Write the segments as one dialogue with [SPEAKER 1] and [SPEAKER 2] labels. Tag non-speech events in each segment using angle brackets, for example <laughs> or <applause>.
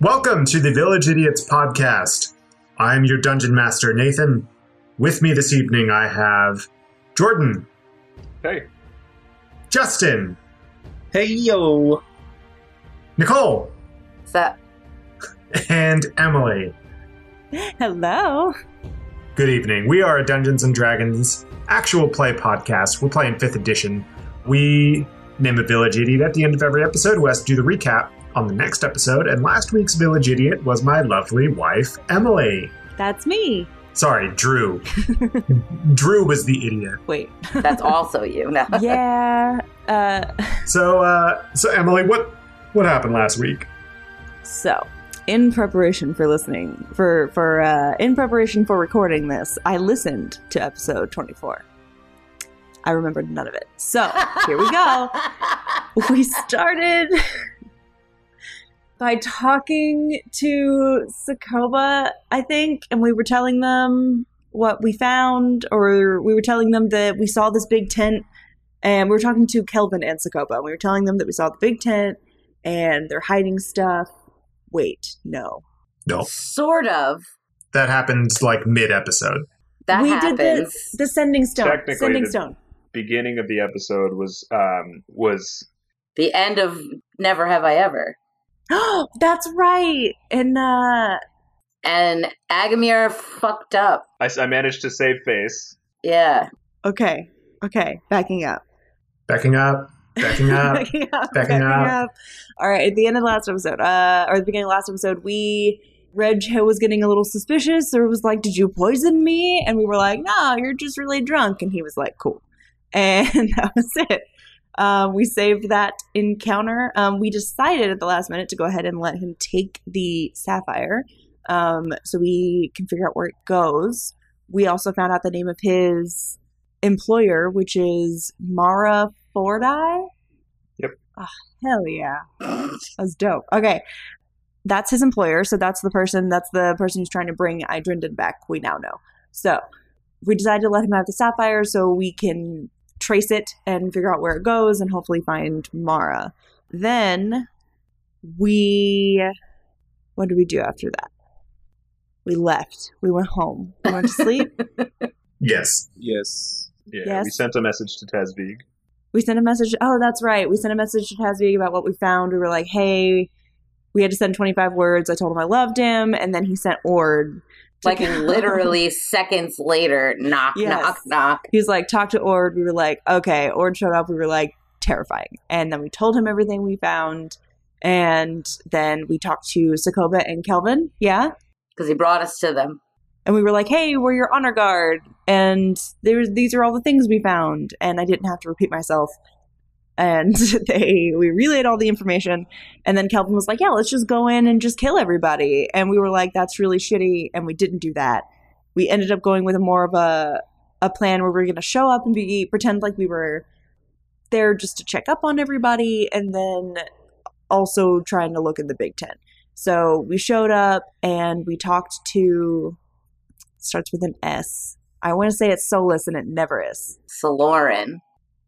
[SPEAKER 1] Welcome to the Village Idiots podcast. I'm your dungeon master, Nathan. With me this evening, I have Jordan,
[SPEAKER 2] Hey,
[SPEAKER 1] Justin,
[SPEAKER 3] Hey yo!
[SPEAKER 1] Nicole,
[SPEAKER 4] So,
[SPEAKER 1] and Emily.
[SPEAKER 4] hello.
[SPEAKER 1] Good evening. We are a Dungeons and Dragons actual play podcast. We're playing 5th edition. We name a village idiot at the end of every episode who has to do the recap on the next episode. And last week's village idiot was my lovely wife, Emily.
[SPEAKER 5] That's me.
[SPEAKER 1] Sorry, Drew. Drew was the idiot.
[SPEAKER 5] Wait. <laughs>
[SPEAKER 4] That's also you. No.
[SPEAKER 5] yeah. Uh,
[SPEAKER 1] So, uh, so Emily, what what happened last week?
[SPEAKER 5] so, in preparation for listening, for for uh, in preparation for recording this, I listened to episode twenty four. I remembered none of it. <laughs> So here we go. we started <laughs> by talking to Sokoba, I think, and we were telling them what we found, or we were telling them that we saw this big tent, and we were talking to Kelvin and Sokoba, and we were telling them that we saw the big tent, and they're hiding stuff. Wait, no.
[SPEAKER 1] No,
[SPEAKER 4] <laughs> Sort of.
[SPEAKER 1] that happened like mid episode.
[SPEAKER 4] That
[SPEAKER 5] we
[SPEAKER 4] happens.
[SPEAKER 5] did the, the sending stone.
[SPEAKER 2] Technically,
[SPEAKER 5] Sending
[SPEAKER 2] the-
[SPEAKER 5] stone. <gasps>
[SPEAKER 2] beginning of the episode was um was
[SPEAKER 4] the end of Never Have I Ever.
[SPEAKER 5] Oh, that's right. And uh
[SPEAKER 4] And Agamir fucked up.
[SPEAKER 2] I, s- I managed to save face.
[SPEAKER 4] Yeah.
[SPEAKER 5] okay. Okay, backing up.
[SPEAKER 1] Backing up,
[SPEAKER 5] <laughs>
[SPEAKER 1] backing up.
[SPEAKER 5] backing up,
[SPEAKER 1] Backing
[SPEAKER 5] backing
[SPEAKER 1] up.
[SPEAKER 5] up. All right, at the end of the last episode, uh, or the beginning of the last episode, we Reg was getting a little suspicious or was like, "Did you poison me?" And we were like, "No, you're just really drunk." And he was like, "Cool," <laughs> and that was it. Um, we saved that encounter. Um, we decided at the last minute to go ahead and let him take the sapphire, um, so we can figure out where it goes. We also found out the name of his employer, which is Mara Fordy. Hell yeah. That's dope. Okay. That's his employer, so that's the person that's the person who's trying to bring Idrinden back, we now know. So we decided to let him have the sapphire so we can trace it and figure out where it goes and hopefully find Mara. Then we what did we do after that? We left. We went home. We went to sleep.
[SPEAKER 1] Yes,
[SPEAKER 3] Yes.
[SPEAKER 2] Yeah, we
[SPEAKER 5] Yes.
[SPEAKER 2] sent a message to Tasvig.
[SPEAKER 5] we sent a message. Oh, that's right. We sent a message to Tasby about what we found. We were like, hey, we had to send 25 words. I told him I loved him. And then he sent Ord. to
[SPEAKER 4] Like
[SPEAKER 5] go. <laughs>
[SPEAKER 4] literally seconds later, knock,
[SPEAKER 5] Yes.
[SPEAKER 4] knock, knock.
[SPEAKER 5] He was like, talk to Ord. We were like, okay. Ord showed up. We were like, terrifying. And then we told him everything we found. And then we talked to Sokoba and Kelvin. Yeah.
[SPEAKER 4] Because he brought us to them.
[SPEAKER 5] and we were like, "Hey, we're your honor guard," and there's these are all the things we found, and I didn't have to repeat myself. And <laughs> they we relayed all the information, and then Calvin was like, "Yeah, let's just go in and just kill everybody," and we were like, "That's really shitty," and we didn't do that. We ended up going with a more of a a plan where we are going to show up and be pretend like we were there just to check up on everybody, and then also trying to look in the big tent. So we showed up and we talked to starts with an S. I want to say it's Solus and it never is.
[SPEAKER 4] Saloran.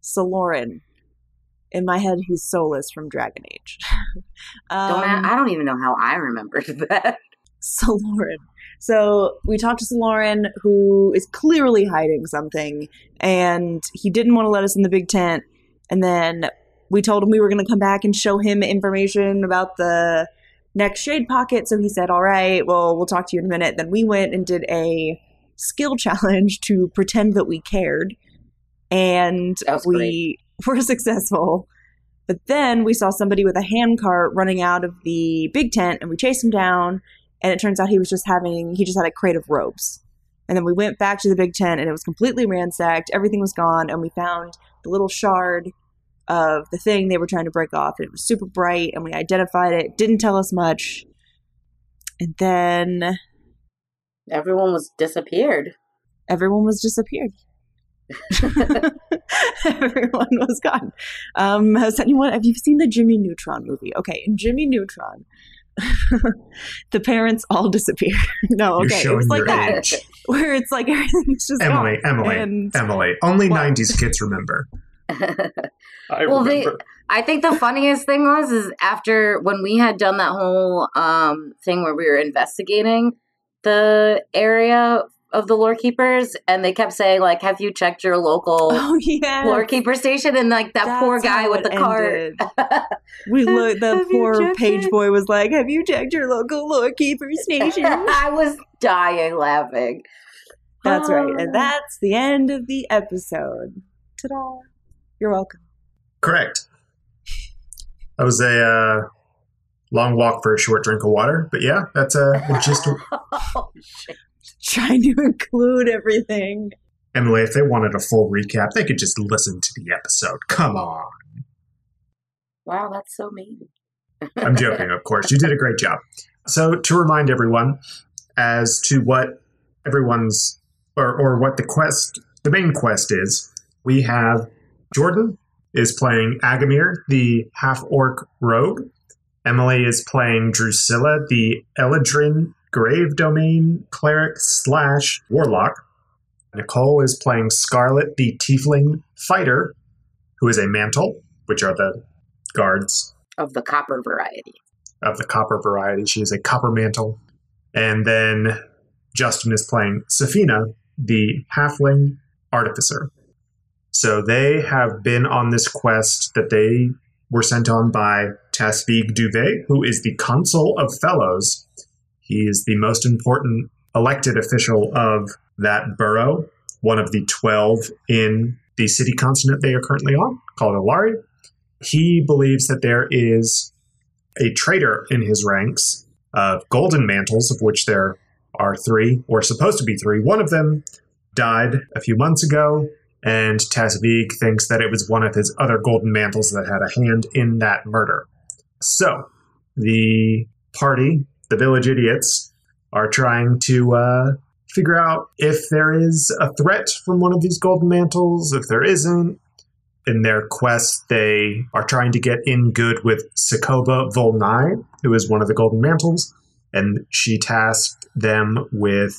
[SPEAKER 5] Soloran. In my head, he's Solus from Dragon Age. <laughs>
[SPEAKER 4] Don't
[SPEAKER 5] um,
[SPEAKER 4] I, I don't even know how I remembered <laughs> that.
[SPEAKER 5] Saloran. So we talked to Saloran, who is clearly hiding something, and he didn't want to let us in the big tent. And then we told him we were going to come back and show him information about the next shade pocket. So he said, All right, well, we'll talk to you in a minute. Then we went and did a skill <laughs> challenge to pretend that we cared. And
[SPEAKER 4] That was
[SPEAKER 5] we <laughs> were successful. But then we saw somebody with a hand cart running out of the big tent and we chased him down and it turns out he was just having he just had a crate of robes and then we went back to the big tent and it was completely ransacked everything was gone and we found the little shard of the thing they were trying to break off and it was super bright and we identified it didn't tell us much and then
[SPEAKER 4] Everyone was disappeared. <laughs>
[SPEAKER 5] everyone was disappeared <laughs> everyone was gone um has anyone have you seen the jimmy neutron movie okay in jimmy neutron <laughs> the parents all disappear <laughs> no
[SPEAKER 1] you're
[SPEAKER 5] okay it
[SPEAKER 1] showing
[SPEAKER 5] was like
[SPEAKER 1] your
[SPEAKER 5] that
[SPEAKER 1] age,
[SPEAKER 5] where it's like <laughs> everything's just
[SPEAKER 1] Emily.
[SPEAKER 5] gone.
[SPEAKER 1] Emily.
[SPEAKER 5] And
[SPEAKER 1] Emily. Only
[SPEAKER 5] What?
[SPEAKER 2] <laughs>
[SPEAKER 1] '90s kids remember.
[SPEAKER 2] I
[SPEAKER 4] Well, they-
[SPEAKER 2] remember.
[SPEAKER 4] I think the funniest thing was is after when we had done that whole um thing where we were investigating the area of the lore keepers and they kept saying like have you checked your local
[SPEAKER 5] Oh yeah.
[SPEAKER 4] lore keeper station and like that poor
[SPEAKER 5] That's
[SPEAKER 4] guy
[SPEAKER 5] how
[SPEAKER 4] with
[SPEAKER 5] it
[SPEAKER 4] the cart
[SPEAKER 5] ended.
[SPEAKER 4] <laughs>
[SPEAKER 5] We look. The
[SPEAKER 4] Have you
[SPEAKER 5] poor
[SPEAKER 4] checked
[SPEAKER 5] page
[SPEAKER 4] it?
[SPEAKER 5] boy was like, "Have you checked your local
[SPEAKER 4] <laughs>
[SPEAKER 5] lorekeeper station?"
[SPEAKER 4] I was dying laughing
[SPEAKER 5] that's right,
[SPEAKER 4] Oh. <sighs>
[SPEAKER 5] and that's the end of the episode. Ta-da! You're welcome.
[SPEAKER 1] Correct. That was a uh, long walk for a short drink of water, but yeah, that's uh,
[SPEAKER 5] <laughs>
[SPEAKER 1] just
[SPEAKER 5] <laughs>
[SPEAKER 4] Oh,
[SPEAKER 5] Trying to include everything.
[SPEAKER 1] Emily. If they wanted a full recap, they could just listen to the episode. Come on,
[SPEAKER 4] wow that's so mean
[SPEAKER 1] I'm joking, of course. You did a great job. So to remind everyone as to what everyone's or, or what the quest, the main quest is, we have Jordan is playing Agamir, the half orc rogue. Emily is playing Drusilla, the Eladrin grave domain cleric slash warlock. Nicole is playing Scarlet, the tiefling fighter, who is a mantle, which are the guards
[SPEAKER 4] of the copper variety
[SPEAKER 1] of the copper variety. She is a copper mantle. And then Justin is playing Safina, the halfling artificer. So they have been on this quest that they were sent on by Tasvig Duvet, who is the consul of fellows. He is the most important elected official of that borough, one of the 12 in the city continent they are currently on, called Alari. He believes that there is a traitor in his ranks of golden mantles, of which there are three, or supposed to be three. One of them died a few months ago, and Tasvig thinks that it was one of his other golden mantles that had a hand in that murder. So, the party, the village idiots, are trying to uh, figure out if there is a threat from one of these golden mantles, if there isn't, in their quest, they are trying to get in good with Sokoba Volnai, who is one of the Golden Mantles, and she tasked them with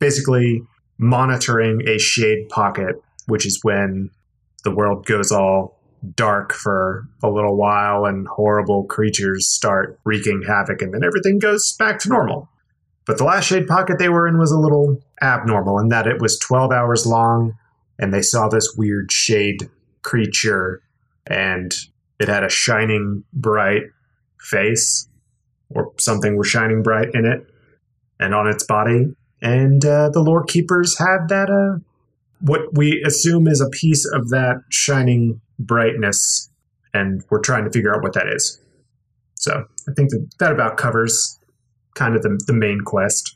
[SPEAKER 1] basically monitoring a shade pocket, which is when the world goes all dark for a little while and horrible creatures start wreaking havoc, and then everything goes back to normal. But the last shade pocket they were in was a little abnormal in that it was 12 hours long, and they saw this weird shade creature and it had a shining bright face or something was shining bright in it and on its body and uh, the lore keepers had that uh, what we assume is a piece of that shining brightness and we're trying to figure out what that is so i think that, that about covers kind of the, the main quest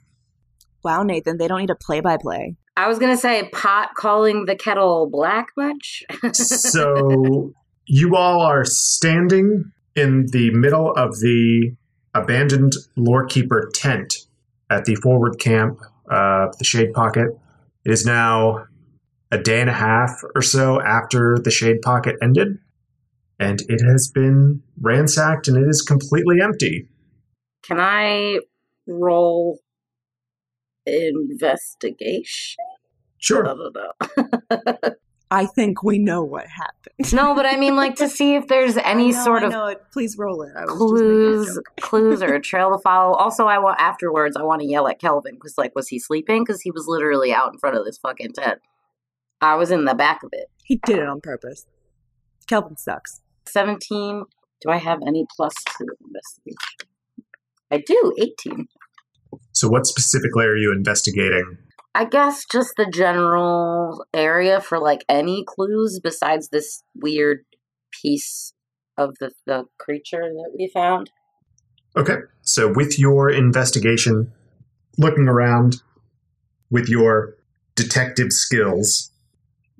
[SPEAKER 5] Wow, Nathan, they don't need a play-by-play.
[SPEAKER 4] I was gonna say pot calling the kettle black much
[SPEAKER 1] so you all are standing in the middle of the abandoned lorekeeper tent at the forward camp of the shade pocket it is now a day and a half or so after the shade pocket ended and it has been ransacked and it is completely empty
[SPEAKER 4] Can I roll investigation?
[SPEAKER 1] sure
[SPEAKER 4] Blah, blah, blah.
[SPEAKER 5] I think we know what happened.
[SPEAKER 4] <laughs> No, but I mean, like, to see if there's any
[SPEAKER 5] I know,
[SPEAKER 4] sort
[SPEAKER 5] I
[SPEAKER 4] of
[SPEAKER 5] know it. Please roll it. I was just making a
[SPEAKER 4] clues,
[SPEAKER 5] joke.
[SPEAKER 4] clues
[SPEAKER 5] <laughs>
[SPEAKER 4] or a trail to follow. Also, I want afterwards. I want to yell at Kelvin because, like, was he sleeping? Because he was literally out in front of this fucking tent. I was in the back of it.
[SPEAKER 5] He did it on purpose. Kelvin sucks.
[SPEAKER 4] Seventeen. Do I have any plus to investigation? I do. Eighteen.
[SPEAKER 1] so what specifically are you investigating
[SPEAKER 4] I guess just the general area for like any clues besides this weird piece of the, the creature that we found.
[SPEAKER 1] Okay. So with your investigation, looking around with your detective skills,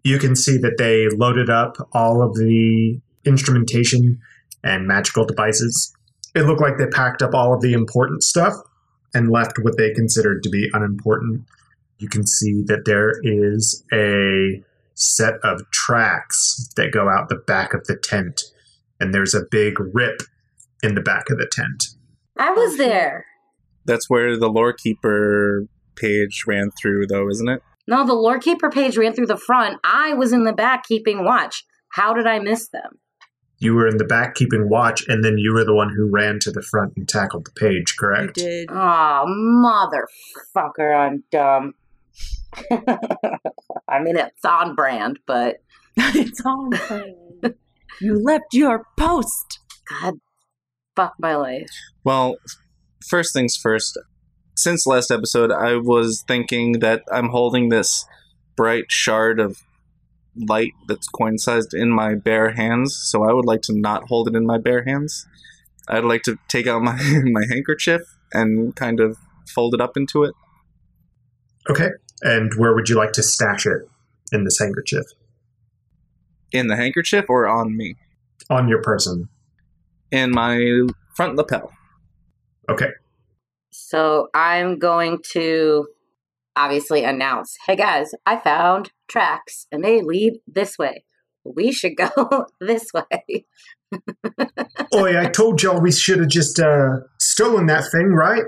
[SPEAKER 1] you can see that they loaded up all of the instrumentation and magical devices. It looked like they packed up all of the important stuff and left what they considered to be unimportant. You can see that there is a set of tracks that go out the back of the tent, and there's a big rip in the back of the tent.
[SPEAKER 4] I was
[SPEAKER 5] Oh, shit.
[SPEAKER 4] there.
[SPEAKER 3] That's where the lore keeper page ran through, though, isn't it?
[SPEAKER 4] No, the lore keeper page ran through the front. I was in the back keeping watch. How did I miss them?
[SPEAKER 1] You were in the back keeping watch, and then you were the one who ran to the front and tackled the page,
[SPEAKER 5] I
[SPEAKER 1] correct?
[SPEAKER 5] did.
[SPEAKER 4] Oh, motherfucker, I'm dumb. <laughs> I mean, it's on brand, but
[SPEAKER 5] <laughs> it's all planned. you left your post.
[SPEAKER 4] God, fuck my life.
[SPEAKER 3] Well, first things first. Since last episode, I was thinking that I'm holding this bright shard of light that's coin sized in my bare hands, so I would like to not hold it in my bare hands. I'd like to take out my, <laughs> my handkerchief and kind of fold it up into it.
[SPEAKER 1] Okay. And where would you like to stash it in this handkerchief?
[SPEAKER 3] In the handkerchief or on me?
[SPEAKER 1] On your person.
[SPEAKER 3] In my front lapel.
[SPEAKER 4] So I'm going to obviously announce hey guys, I found tracks and they lead this way. We should go <laughs> this way.
[SPEAKER 1] Oi, I told y'all we should have just uh, stolen that thing, right?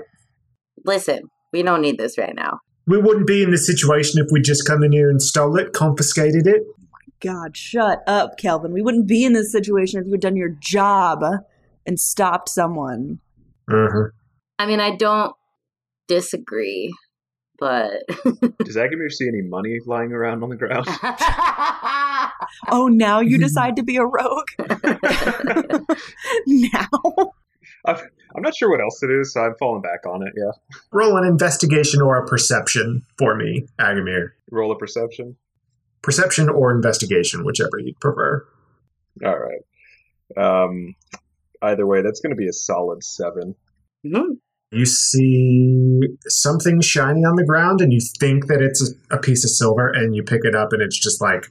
[SPEAKER 4] Listen, we don't need this right now.
[SPEAKER 1] We wouldn't be in this situation if we just come in here and stole it, confiscated it.
[SPEAKER 5] God, shut up, Calvin. We wouldn't be in this situation if you had done your job and stopped someone.
[SPEAKER 1] Uh-huh.
[SPEAKER 4] I mean, I don't disagree, but. <laughs>
[SPEAKER 2] Does Agamir see any money lying around on the ground?
[SPEAKER 5] Oh, now you decide to be a rogue? <laughs> now?
[SPEAKER 2] I'm not sure what else it is, so I'm falling back on it. Yeah,
[SPEAKER 1] Roll an investigation or a perception for me, Agamir.
[SPEAKER 2] roll a perception.
[SPEAKER 1] Perception or investigation, whichever you'd prefer.
[SPEAKER 2] All right. Um, either way, that's going to be a solid seven.
[SPEAKER 4] Mhm.
[SPEAKER 1] You see something shiny on the ground, and you think that it's a piece of silver, and you pick it up, and it's just like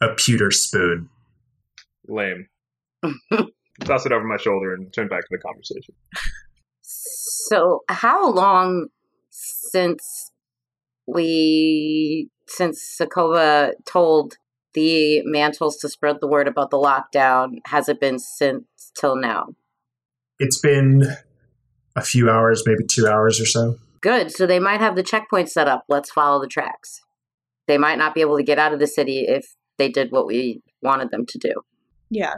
[SPEAKER 1] a pewter spoon.
[SPEAKER 2] Lame. Toss it over my shoulder and turn back to the conversation.
[SPEAKER 4] so, how long since we. Since Sokoba told the mantles to spread the word about the lockdown, has it been since till now?
[SPEAKER 1] It's been a few hours, maybe two hours or so.
[SPEAKER 4] Good. So they might have the checkpoint set up. Let's follow the tracks. They might not be able to get out of the city if they did what we wanted them to do.
[SPEAKER 5] Yeah.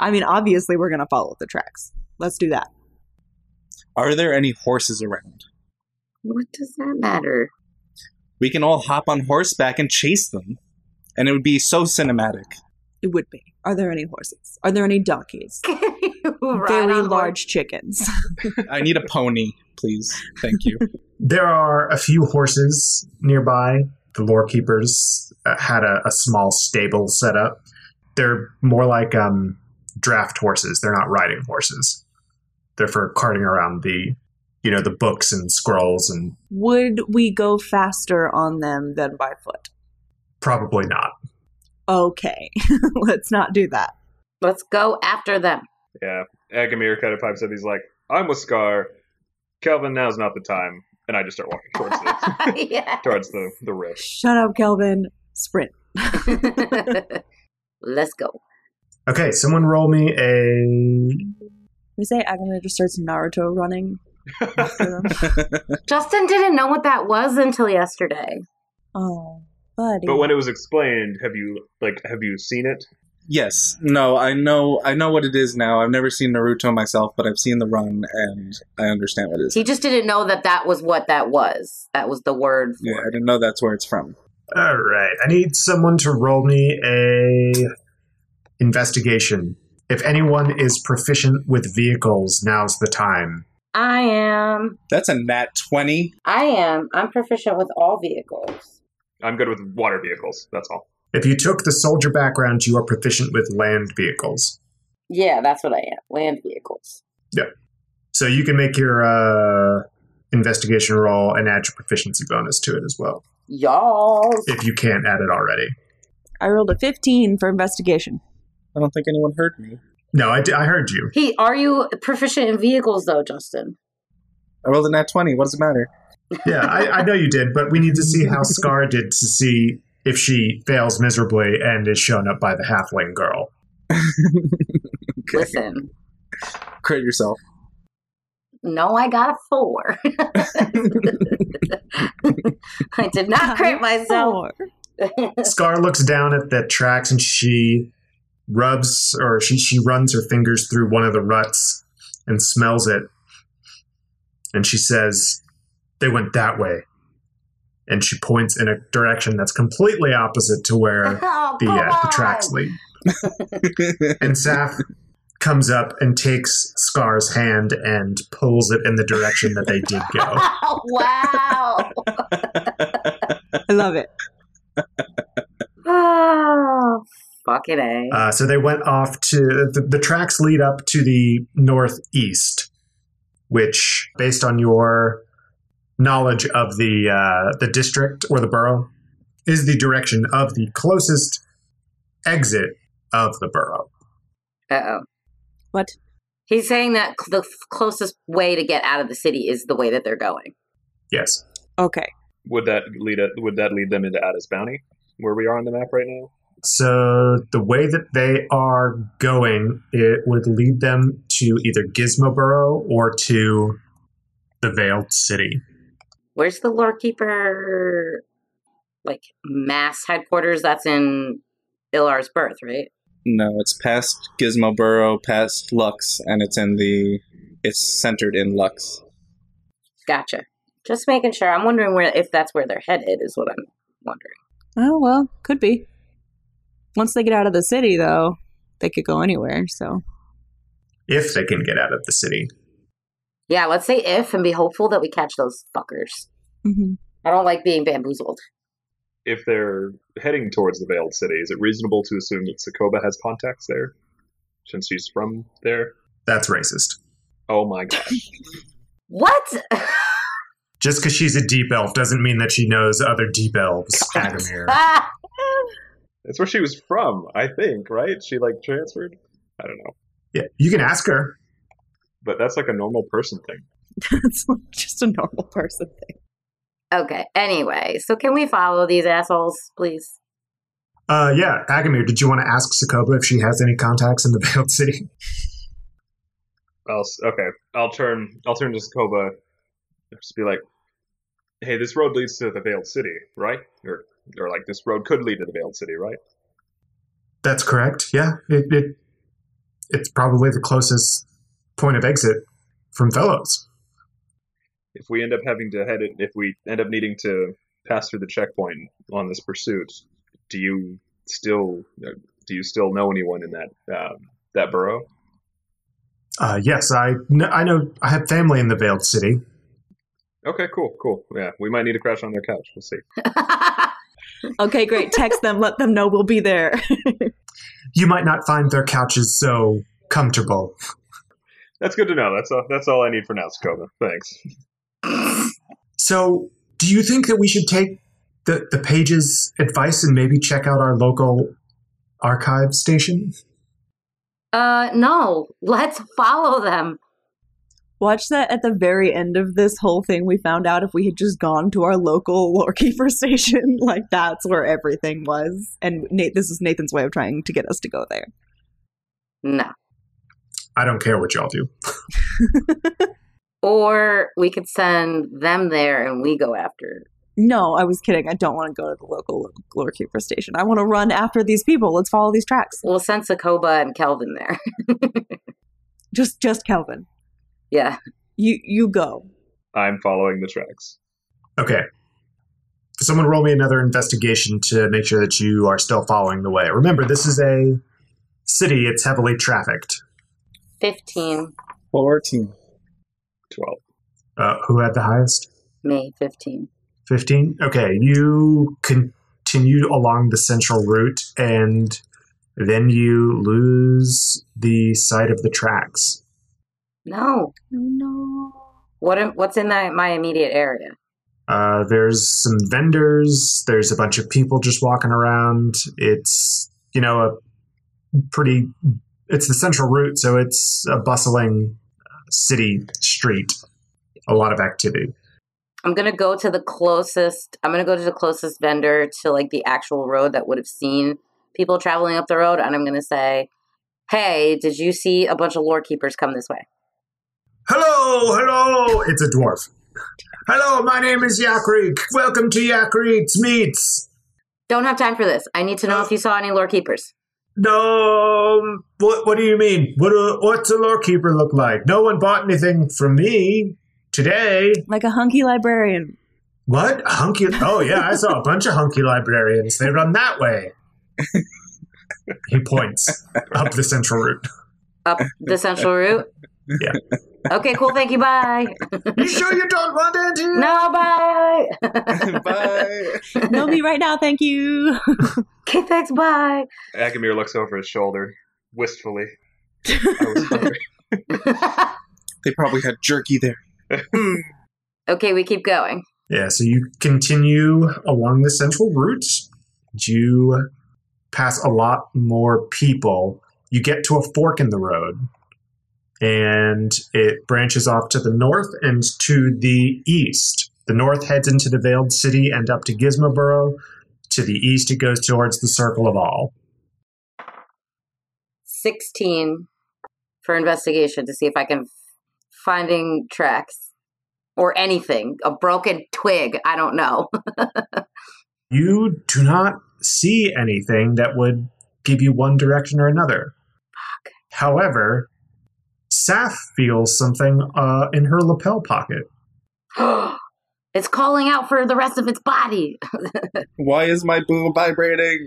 [SPEAKER 5] I mean, obviously, we're going to follow the tracks. Let's do that.
[SPEAKER 3] <laughs> Are there any horses around?
[SPEAKER 4] What does that matter? <laughs>
[SPEAKER 3] We can all hop on horseback and chase them, and it would be so cinematic.
[SPEAKER 5] It would be. Are there any horses? Are there any donkeys? Very large chickens.
[SPEAKER 3] I need a pony, please. Thank
[SPEAKER 2] <laughs>
[SPEAKER 3] you.
[SPEAKER 1] There are a few horses nearby. The lore keepers uh, had a, a small stable set up. They're more like um, draft horses. They're not riding horses. They're for carting around the, you know, the books and scrolls, and
[SPEAKER 5] Would we go faster on them than by foot?
[SPEAKER 1] probably not.
[SPEAKER 5] Okay. <laughs> Let's not do that.
[SPEAKER 4] Let's go after
[SPEAKER 2] <laughs>
[SPEAKER 4] them. <laughs>
[SPEAKER 2] Yeah. Agamir kind of pipes up. He's like, I'm with Scar. Kelvin, now's not the time. And I just start walking towards the,
[SPEAKER 4] <laughs> Yes.
[SPEAKER 2] towards the,
[SPEAKER 5] <laughs>
[SPEAKER 2] the rift.
[SPEAKER 5] Shut up, Kelvin. Sprint.
[SPEAKER 4] Let's go.
[SPEAKER 1] Okay, someone roll me a.
[SPEAKER 5] We say Agamemnon just starts Naruto running after them.
[SPEAKER 4] Justin didn't know what that was until yesterday.
[SPEAKER 5] oh, buddy.
[SPEAKER 2] But when it was explained, have you like have you seen it?
[SPEAKER 3] yes. No, I know I know what it is now. I've never seen Naruto myself, but I've seen the run and I understand what it is.
[SPEAKER 4] He just didn't know that that was what that was. That was the word.
[SPEAKER 3] Yeah, I didn't know that's where it's from.
[SPEAKER 1] All right, I need someone to roll me a investigation. If anyone is proficient with vehicles, now's the time.
[SPEAKER 4] I am.
[SPEAKER 3] That's a nat 20.
[SPEAKER 4] I am. I'm proficient with all vehicles.
[SPEAKER 2] I'm good with water vehicles, that's all.
[SPEAKER 1] If you took the soldier background, you are proficient with land vehicles.
[SPEAKER 4] Yeah, that's what I am. Land vehicles.
[SPEAKER 1] So you can make your uh, investigation roll and add your proficiency bonus to it as well,
[SPEAKER 4] Y'all.
[SPEAKER 1] if you can't add it already.
[SPEAKER 5] I rolled a 15 for investigation.
[SPEAKER 3] I don't think anyone heard me.
[SPEAKER 1] No, I, d- I heard you.
[SPEAKER 4] He, are you proficient in vehicles though, Justin?
[SPEAKER 3] I rolled a nat 20. What does it matter?
[SPEAKER 1] Yeah, I, I know you did, but we need to see how Scar did to see if she fails miserably and is shown up by the halfling girl.
[SPEAKER 3] Okay.
[SPEAKER 4] Listen,
[SPEAKER 3] Crit yourself. <laughs>
[SPEAKER 4] no, I got a four. <laughs> I
[SPEAKER 5] Oh.
[SPEAKER 4] did not crit myself.
[SPEAKER 5] Four.
[SPEAKER 1] Scar looks down at the tracks and she rubs or she she runs her fingers through one of the ruts and smells it and she says they went that way and she points in a direction that's completely opposite to where
[SPEAKER 4] <laughs> Oh,
[SPEAKER 1] the, uh, the
[SPEAKER 4] on.
[SPEAKER 1] tracks lead and Saf comes up and takes Scar's hand and pulls it in the direction that they did go.
[SPEAKER 4] <laughs> wow.
[SPEAKER 5] <laughs> I love it.
[SPEAKER 4] Oh, fucking A.
[SPEAKER 1] Uh, so they went off to the, the tracks lead up to the northeast, which, based on your knowledge of the uh, the district or the borough, is the direction of the closest exit of the borough.
[SPEAKER 4] Uh-oh.
[SPEAKER 5] What?
[SPEAKER 4] He's saying that cl- the f- closest way to get out of the city is the way that they're going.
[SPEAKER 1] Yes,
[SPEAKER 5] Okay.
[SPEAKER 2] Would that lead a, Would that lead them into Addis Bounty, where we are on the map right now?
[SPEAKER 1] So the way that they are going, it would lead them to either Gizmo Burrow or to the Veiled City.
[SPEAKER 4] Where's the lorekeeper, like, mass headquarters? That's in Ilar's birth, right?
[SPEAKER 3] No, it's past Gizmo Burrow, past Lux, and it's in the. It's centered in Lux.
[SPEAKER 4] Gotcha. Just making sure. I'm wondering where if that's where they're headed is what I'm wondering.
[SPEAKER 5] Oh well, could be. Once they get out of the city, though, they could go anywhere. So
[SPEAKER 1] If they can get out of the city.
[SPEAKER 4] Yeah, let's say if and be hopeful that we catch those fuckers.
[SPEAKER 5] Mhm.
[SPEAKER 4] I don't like being bamboozled.
[SPEAKER 2] If they're heading towards the Veiled City, is it reasonable to assume that Sokoba has contacts there, since she's from there?
[SPEAKER 1] That's racist.
[SPEAKER 2] Oh my god!
[SPEAKER 4] What? <laughs>
[SPEAKER 1] Just because she's a deep elf doesn't mean that she knows other deep elves, Agamir.
[SPEAKER 4] Ah!
[SPEAKER 2] That's where she was from, I think. Right? She like transferred. I don't know,
[SPEAKER 1] Yeah, you can ask her.
[SPEAKER 2] but that's like a normal person thing.
[SPEAKER 5] <laughs> that's like just a normal person thing.
[SPEAKER 4] okay. Anyway, so can we follow these assholes, please?
[SPEAKER 1] Uh, yeah, Agamir, did you want to ask Sokoba if she has any contacts in the <laughs> Veiled City?
[SPEAKER 2] I'll s- okay. I'll turn. I'll turn to Sokoba. Just be like, "Hey, this road leads to the Veiled City, right? Or, or like this road could lead to the Veiled City, right?
[SPEAKER 1] That's correct. Yeah, it, it it's probably the closest point of exit from Fellows.
[SPEAKER 2] If we end up having to head it, if we end up needing to pass through the checkpoint on this pursuit, do you still do you still know anyone in that um, that borough?
[SPEAKER 1] Uh, yes, I kn- I know I have family in the Veiled City.
[SPEAKER 2] Okay, cool, cool. Yeah, we might need to crash on their couch. We'll see.
[SPEAKER 5] Okay, great. Text them. Let them know we'll be there. <laughs>
[SPEAKER 1] You might not find their couches so comfortable.
[SPEAKER 2] That's good to know. That's all. That's all I need for now, Sokoba. Thanks.
[SPEAKER 1] So, do you think that we should take the the page's advice and maybe check out our local archive station?
[SPEAKER 4] <laughs> Uh, no. Let's follow them.
[SPEAKER 5] Watch that at the very end of this whole thing. We found out if we had just gone to our local <laughs> lorekeeper station, <laughs> like that's where everything was. And Nate, this is Nathan's way of trying to get us to go there.
[SPEAKER 4] No.
[SPEAKER 1] I don't care what y'all do.
[SPEAKER 4] Or we could send them there and we go after.
[SPEAKER 5] No, I was kidding. I don't want to go to the local lorekeeper station. I want to run after these people. Let's follow these tracks.
[SPEAKER 4] We'll send Sokoba and Kelvin there. <laughs>
[SPEAKER 5] Just, just Kelvin.
[SPEAKER 4] yeah.
[SPEAKER 5] You, you go.
[SPEAKER 2] I'm following the tracks.
[SPEAKER 1] Okay. Someone roll me another investigation to make sure that you are still following the way. Remember, this is a city; it's heavily trafficked.
[SPEAKER 4] 15.
[SPEAKER 3] <laughs> 14.
[SPEAKER 2] Twelve.
[SPEAKER 1] Uh, who had the highest?
[SPEAKER 4] May 15.
[SPEAKER 1] 15 okay you continued along the central route and then you lose the sight of the tracks
[SPEAKER 4] No.
[SPEAKER 5] No.
[SPEAKER 4] What am, what's in that, my immediate area?
[SPEAKER 1] uh, there's some vendors there's a bunch of people just walking around it's you know a pretty it's the central route so it's a bustling city street a lot of activity
[SPEAKER 4] I'm going to go to the closest I'm going to go to the closest vendor to like the actual road that would have seen people traveling up the road and I'm going to say, "Hey, did you see a bunch of lore keepers come this way?"
[SPEAKER 1] Hello, hello. It's a dwarf. Hello, my name is Yakreek. Welcome to Yakreek's Meats.
[SPEAKER 4] Don't have time for this. I need to know if you saw any lore keepers.
[SPEAKER 1] No, um, what, what do you mean? What do- what's a lorekeeper look like? No one bought anything from me today.
[SPEAKER 5] Like a hunky librarian.
[SPEAKER 1] What? A hunky? Oh, yeah, I saw a bunch of hunky librarians. They run that way. he points up the central route.
[SPEAKER 4] Up the central route?
[SPEAKER 1] Yeah.
[SPEAKER 4] Okay, cool. Thank you. Bye.
[SPEAKER 1] You sure you don't want Angie?
[SPEAKER 4] <laughs> No, bye.
[SPEAKER 3] Bye.
[SPEAKER 5] No me right now, thank you.
[SPEAKER 4] Okay, thanks. Bye. <laughs>
[SPEAKER 2] Agamir looks over his shoulder wistfully. I was hungry.
[SPEAKER 3] They probably had jerky there.
[SPEAKER 4] okay, we keep going.
[SPEAKER 1] Yeah, so you continue along the central route. You pass a lot more people. You get to a fork in the road, and it branches off to the north and to the east. The north heads into the Veiled City and up to Gizmoboro. To the east, it goes towards the Circle of All.
[SPEAKER 4] 16 for investigation to see if I can finding tracks or anything, a broken twig, I don't know. <gasps>
[SPEAKER 1] You do not see anything that would give you one direction or another. However, Saf feels something uh, in her lapel pocket.
[SPEAKER 4] it's calling out for the rest of its body. <laughs>
[SPEAKER 3] Why is my boo vibrating?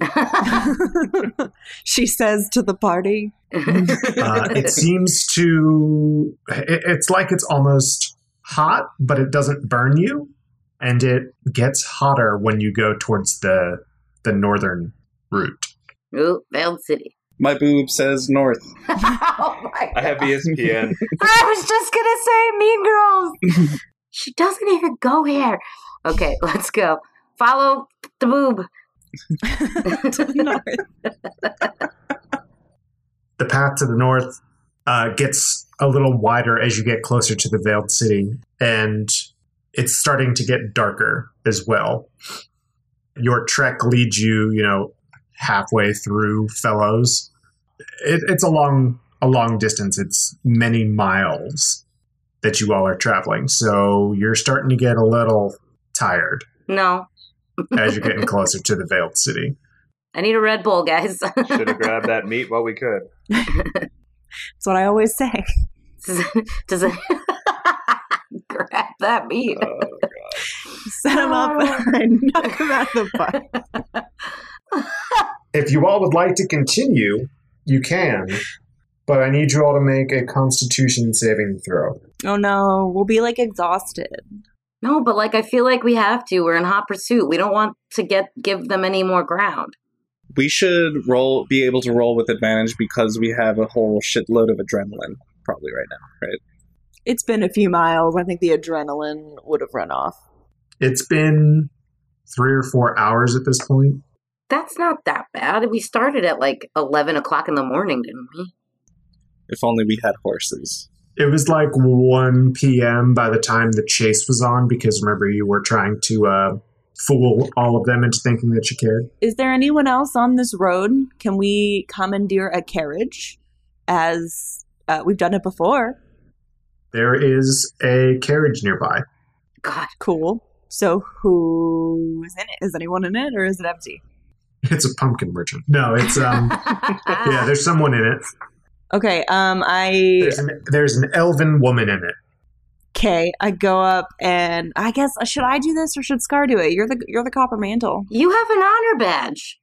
[SPEAKER 5] she says to the party.
[SPEAKER 1] Uh, it seems to. It, it's like it's almost hot, but it doesn't burn you, and it gets hotter when you go towards the the northern route.
[SPEAKER 4] Ooh, Veiled City. <laughs>
[SPEAKER 3] My boob says north.
[SPEAKER 4] oh my
[SPEAKER 2] I have E
[SPEAKER 4] God.
[SPEAKER 2] ESPN.
[SPEAKER 4] I was just gonna say Mean Girls.
[SPEAKER 1] <laughs>
[SPEAKER 4] she doesn't even go here. Okay, <laughs> let's go. Follow the
[SPEAKER 1] <laughs>
[SPEAKER 4] boob.
[SPEAKER 5] to the north.
[SPEAKER 1] The path to the north uh, gets a little wider as you get closer to the veiled city, and it's starting to get darker as well. Your trek leads you, you know, halfway through Fellows. It, it's a long, a long distance. It's many miles that you all are traveling, so you're starting to get a little tired
[SPEAKER 4] No,
[SPEAKER 1] as you're getting closer to the veiled city.
[SPEAKER 4] I need a Red Bull, guys. <laughs>
[SPEAKER 2] Should have grabbed that meat while we could.
[SPEAKER 5] That's what I always say.
[SPEAKER 4] does it, does it <laughs> grab that meat?
[SPEAKER 2] Uh,
[SPEAKER 5] Set him up <laughs> and knock him out of the park.
[SPEAKER 1] If you all would like to continue, you can, but I need you all to make a Constitution saving throw.
[SPEAKER 5] Oh no, we'll be like exhausted.
[SPEAKER 4] No, but like I feel like we have to. We're in hot pursuit. We don't want to get give them any more ground.
[SPEAKER 3] We should roll, be able to roll with advantage because we have a whole shitload of adrenaline probably right now.
[SPEAKER 5] It's been a few miles. I think the adrenaline would have run off.
[SPEAKER 1] It's been three or four hours at this point.
[SPEAKER 4] That's not that bad. We started at like eleven o'clock in the morning, didn't we?
[SPEAKER 3] If only we had horses.
[SPEAKER 1] It was like 1 p.m. by the time the chase was on, because remember, you were trying to uh, fool all of them into thinking that you cared.
[SPEAKER 5] Is there anyone else on this road? Can we commandeer a carriage? As uh, we've done it before.
[SPEAKER 1] There is a carriage nearby. <laughs>
[SPEAKER 4] God,
[SPEAKER 5] Cool. So who is in it? Is anyone in it or is it empty?
[SPEAKER 1] It's a pumpkin merchant. No, it's
[SPEAKER 4] <laughs>
[SPEAKER 1] um, yeah. There's someone in it.
[SPEAKER 5] Okay, um I
[SPEAKER 1] There's an, there's an elven woman in it.
[SPEAKER 5] okay, I go up and I guess uh, should I do this or should Scar do it? You're the you're the copper mantle.
[SPEAKER 4] you have an honor badge.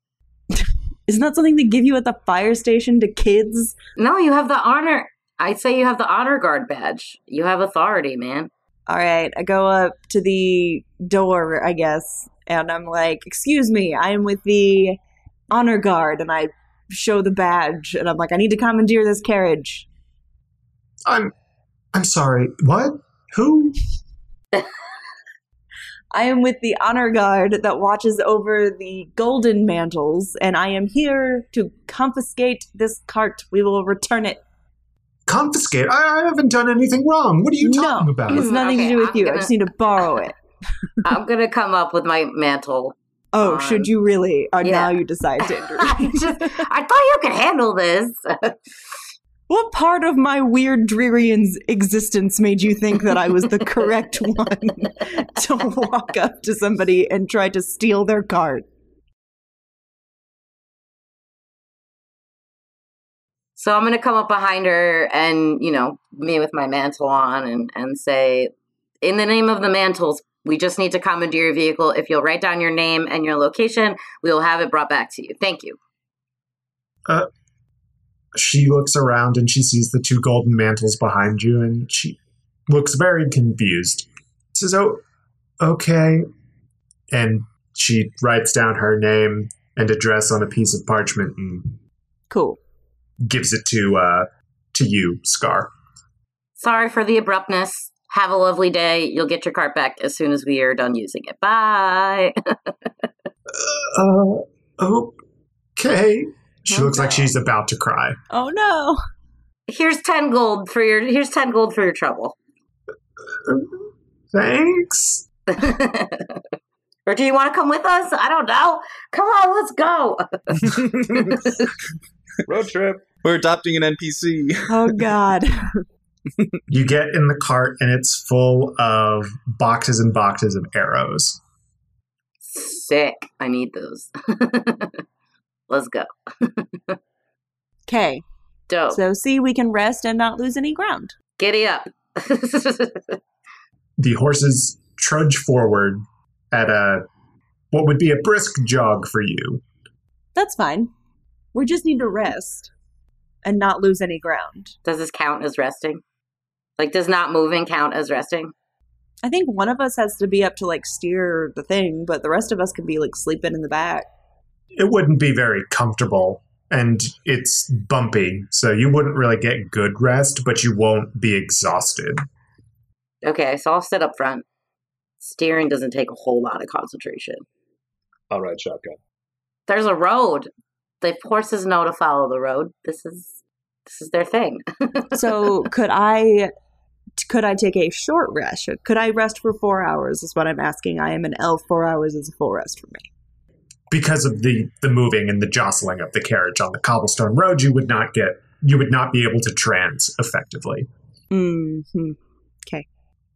[SPEAKER 5] Isn't that something they give you at the fire station to kids?
[SPEAKER 4] No, you have the honor. I'd say you have the honor guard badge. You have authority, man.
[SPEAKER 5] All right, I go up to the door, I guess, and I'm like, "Excuse me, I am with the honor guard," and I show the badge, and I'm like, "I need to commandeer this carriage."
[SPEAKER 1] I'm I'm sorry. What? Who?
[SPEAKER 5] I am with the honor guard that watches over the golden mantles, and I am here to confiscate this cart. We will return it.
[SPEAKER 1] confiscate. I, I haven't done anything wrong. What are you
[SPEAKER 5] No.
[SPEAKER 1] talking
[SPEAKER 5] It
[SPEAKER 1] about?
[SPEAKER 5] has
[SPEAKER 4] Mm,
[SPEAKER 5] nothing
[SPEAKER 4] okay,
[SPEAKER 5] to do with
[SPEAKER 4] I'm
[SPEAKER 5] you. I
[SPEAKER 4] gonna-
[SPEAKER 5] just need to borrow it.
[SPEAKER 4] I'm gonna come up with my mantle.
[SPEAKER 5] Oh,
[SPEAKER 4] Um,
[SPEAKER 5] should you really? Or
[SPEAKER 4] yeah.
[SPEAKER 5] now you decide
[SPEAKER 4] <laughs> I
[SPEAKER 5] to.
[SPEAKER 4] just, I thought you could handle this.
[SPEAKER 5] What part of my weird Drearian's existence made you think that I was <laughs> the correct one <laughs> to walk up to somebody and try to steal their card?
[SPEAKER 4] So I'm gonna come up behind her and you know me with my mantle on and and say, in the name of the mantles, we just need to commandeer your vehicle. If you'll write down your name and your location, we will have it brought back to you. Thank you.
[SPEAKER 1] She looks around and she sees the two golden mantles behind you, and she looks very confused. Says, "Oh, okay," and she writes down her name and address on a piece of parchment and
[SPEAKER 5] Cool.
[SPEAKER 1] gives it to uh, to you, Scar.
[SPEAKER 4] Sorry for the abruptness. Have a lovely day. You'll get your cart back as soon as we are done using it. Bye.
[SPEAKER 1] Uh, okay. She
[SPEAKER 5] Oh,
[SPEAKER 1] looks
[SPEAKER 5] no.
[SPEAKER 1] like she's about to cry.
[SPEAKER 5] Oh no.
[SPEAKER 4] here's ten gold for your here's ten gold for your trouble. <laughs>
[SPEAKER 1] Uh, Thanks.
[SPEAKER 4] or do you want to come with us? I don't know. Come on, let's go.
[SPEAKER 2] Road trip.
[SPEAKER 3] We're adopting an NPC.
[SPEAKER 5] <laughs> Oh god.
[SPEAKER 1] You get in the cart and it's full of boxes and boxes of arrows.
[SPEAKER 4] Sick. I need those. <laughs> let's go.
[SPEAKER 5] Okay.
[SPEAKER 4] Dope.
[SPEAKER 5] So see, we can rest and not lose any ground.
[SPEAKER 4] Giddy up. <laughs>
[SPEAKER 1] The horses trudge forward at a what would be a brisk jog for you.
[SPEAKER 5] That's fine. We just need to rest and not lose any ground.
[SPEAKER 4] does this count as resting? Like, does not moving count as resting?
[SPEAKER 5] I think one of us has to be up to like steer the thing, but the rest of us can be like sleeping in the back.
[SPEAKER 1] It wouldn't be very comfortable and it's bumpy, so you wouldn't really get good rest, but you won't be exhausted.
[SPEAKER 4] Okay, so I'll sit up front. Steering doesn't take a whole lot of concentration.
[SPEAKER 2] All right, shotgun.
[SPEAKER 4] There's a road. The horses know to follow the road. This is this is their thing.
[SPEAKER 5] So could I could I take a short rest? Could I rest for four hours is what I'm asking. I am an elf. Four hours is a full rest for me.
[SPEAKER 1] because of the the moving and the jostling of the carriage on the cobblestone road, you would not get you would not be able to trans effectively.
[SPEAKER 5] Mm-hmm.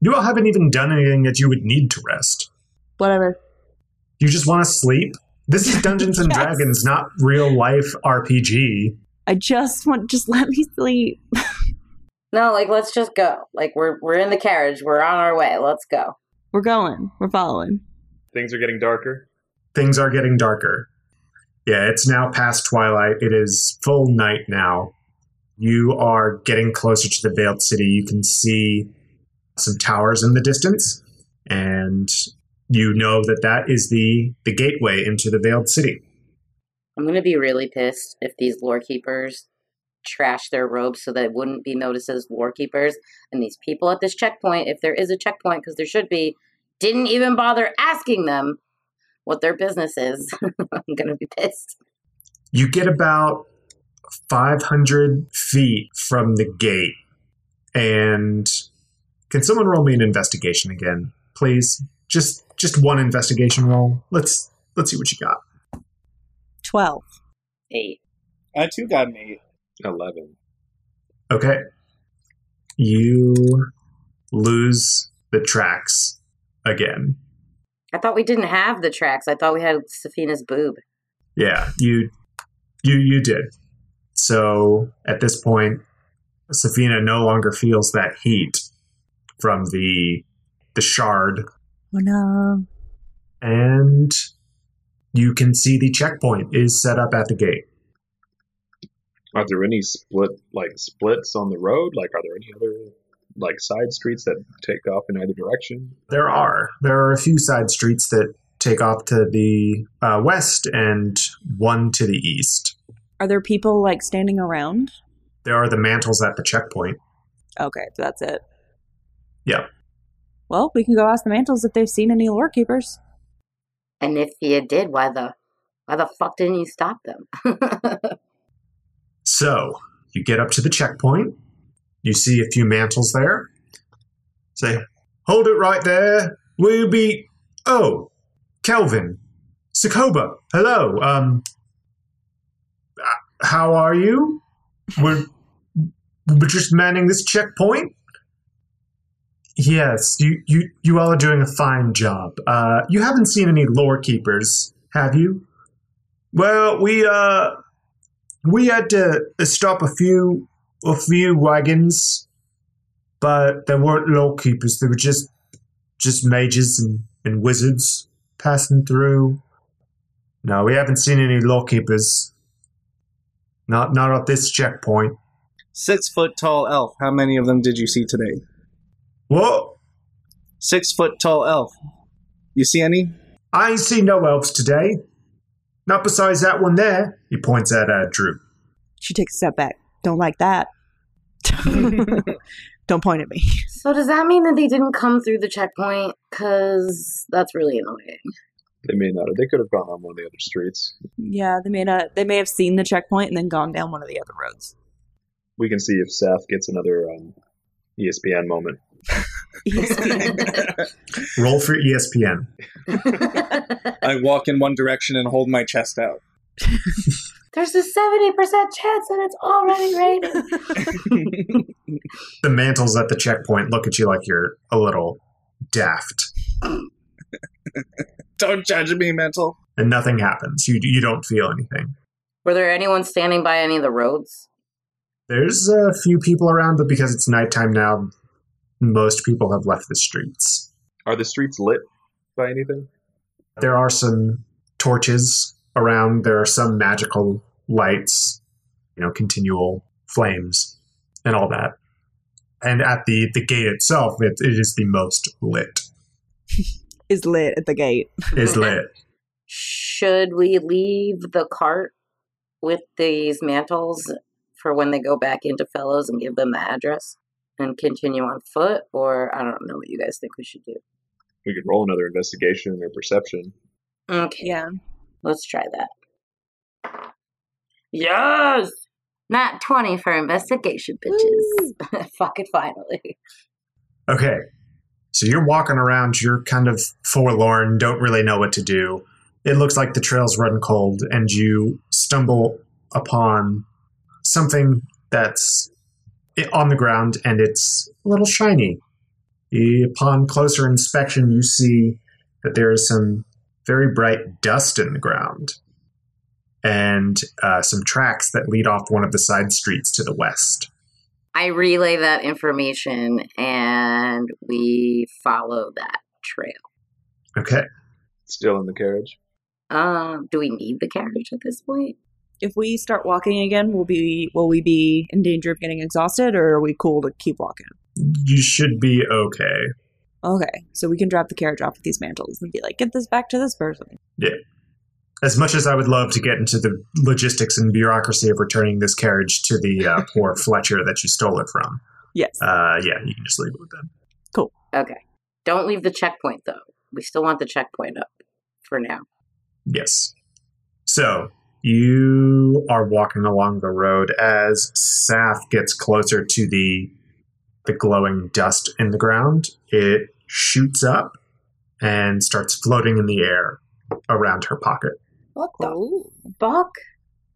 [SPEAKER 1] You all haven't even done anything that you would need to rest.
[SPEAKER 5] Whatever.
[SPEAKER 1] You just want to sleep. This is Dungeons and
[SPEAKER 5] Yes.
[SPEAKER 1] Dragons, not real life RPG.
[SPEAKER 5] I just want just <laughs> let me sleep.
[SPEAKER 4] No, like let's just go. Like we're we're in the carriage. We're on our way. Let's go.
[SPEAKER 5] We're going. We're following.
[SPEAKER 2] Things are getting darker.
[SPEAKER 1] Things are getting darker. Yeah, it's now past twilight. It is full night now. You are getting closer to the Veiled City. You can see some towers in the distance, and you know that that is the the gateway into the Veiled City.
[SPEAKER 4] I'm gonna be really pissed if these lore keepers trash their robes so that it wouldn't be noticed as lore keepers. And these people at this checkpoint, if there is a checkpoint, because there should be, didn't even bother asking them what their business is. <laughs> I'm gonna be pissed.
[SPEAKER 1] You get about 500 feet from the gate, and can someone roll me an investigation again, please? Just just one investigation roll. Let's let's see what you got.
[SPEAKER 5] Twelve.
[SPEAKER 4] Eight.
[SPEAKER 3] <laughs> I too got an eight.
[SPEAKER 2] Eleven.
[SPEAKER 1] Okay. You lose the tracks again.
[SPEAKER 4] I thought we didn't have the tracks. I thought we had Safina's boob.
[SPEAKER 1] Yeah, you you you did. So at this point, Safina no longer feels that heat from the the shard
[SPEAKER 5] Oh no.
[SPEAKER 1] and you can see the checkpoint is set up at the gate.
[SPEAKER 2] Are there any split like splits on the road? Like, are there any other like side streets that take off in either direction?
[SPEAKER 1] There are. There are a few side streets that take off to the uh, west and one to the east.
[SPEAKER 5] Are there people like standing around?
[SPEAKER 1] There are the mantles at the checkpoint.
[SPEAKER 5] Okay, so that's it.
[SPEAKER 1] Yeah.
[SPEAKER 5] Well, we can go ask the mantles if they've seen any lore keepers.
[SPEAKER 4] And if you did, why the why the fuck didn't you stop them? <laughs>
[SPEAKER 1] So you get up to the checkpoint. You see a few mantles there. Say, hold it right there. We'll be. Oh, Kelvin, Sokoba. Hello. Um, uh, how are you? We're we're just manning this checkpoint. Yes, you you you all are doing a fine job. Uh, you haven't seen any lore keepers, have you? Well, we uh we had to stop a few a few wagons, but they weren't law keepers. They were just just mages and, and wizards passing through. No, we haven't seen any law keepers. Not not at this checkpoint.
[SPEAKER 3] Six foot tall elf. How many of them did you see today?
[SPEAKER 1] What?
[SPEAKER 3] Six foot tall elf. You see any?
[SPEAKER 1] I ain't seen no elves today. Not besides that one there. He points at uh, Drew.
[SPEAKER 5] She takes a step back. Don't like <laughs> that. Don't point at me.
[SPEAKER 4] So does that mean that they didn't come through the checkpoint? Because that's really annoying.
[SPEAKER 2] They may not. have. They could have gone on one of the other streets.
[SPEAKER 5] Yeah, they may not. They may have seen the checkpoint and then gone down one of the other roads.
[SPEAKER 2] We can see if Seth gets another um, ESPN moment.
[SPEAKER 1] Roll for E ESPN.
[SPEAKER 3] I walk in one direction and hold my chest out.
[SPEAKER 4] There's a 70% chance that it's already raining.
[SPEAKER 1] The mantles at the checkpoint look at you like you're a little daft,
[SPEAKER 3] Don't judge me, mental.
[SPEAKER 1] and nothing happens. You you don't feel anything.
[SPEAKER 4] Were there anyone standing by any of the roads?
[SPEAKER 1] There's a few people around, but because it's nighttime now, most people have left the streets.
[SPEAKER 2] Are the streets lit by anything?
[SPEAKER 1] There are some torches around. There are some magical lights, you know, continual flames, and all that. And at the the gate itself, it, it is the most lit.
[SPEAKER 5] Is lit at the gate.
[SPEAKER 4] <laughs>
[SPEAKER 1] Is lit.
[SPEAKER 4] Should we leave the cart with these mantles for when they go back into Fellows and give them the address and continue on foot? Or I don't know what you guys think we should do.
[SPEAKER 2] We could roll another investigation or perception.
[SPEAKER 4] Okay,
[SPEAKER 5] Yeah.
[SPEAKER 4] let's try that. Yes! Not 20 for investigation, <laughs> bitches. Fucking finally.
[SPEAKER 1] Okay. So you're walking around, you're kind of forlorn, don't really know what to do. It looks like the trail's run cold, and you stumble upon something that's i- on the ground and it's a little shiny. E- Upon closer inspection, you see that there is some very bright dust in the ground and uh, some tracks that lead off one of the side streets to the west.
[SPEAKER 4] I relay that information and we follow that trail.
[SPEAKER 1] Okay.
[SPEAKER 2] Still in the carriage.
[SPEAKER 4] Um, do we need the carriage at this point?
[SPEAKER 5] If we start walking again, will be will we be in danger of getting exhausted, or are we cool to keep walking?
[SPEAKER 1] You should be okay.
[SPEAKER 5] Okay, so we can drop the carriage off with these mantles and be like, get this back to this person.
[SPEAKER 1] as much as I would love to get into the logistics and bureaucracy of returning this carriage to the uh, poor Fletcher that you stole it from,
[SPEAKER 5] Yes.
[SPEAKER 1] uh, yeah, you can just leave it with them.
[SPEAKER 4] Don't leave the checkpoint though. We still want the checkpoint up for now.
[SPEAKER 1] Yes. So you are walking along the road as Saf gets closer to the the glowing dust in the ground. It shoots up and starts floating in the air around her pocket.
[SPEAKER 4] What
[SPEAKER 5] Cool.
[SPEAKER 4] fuck?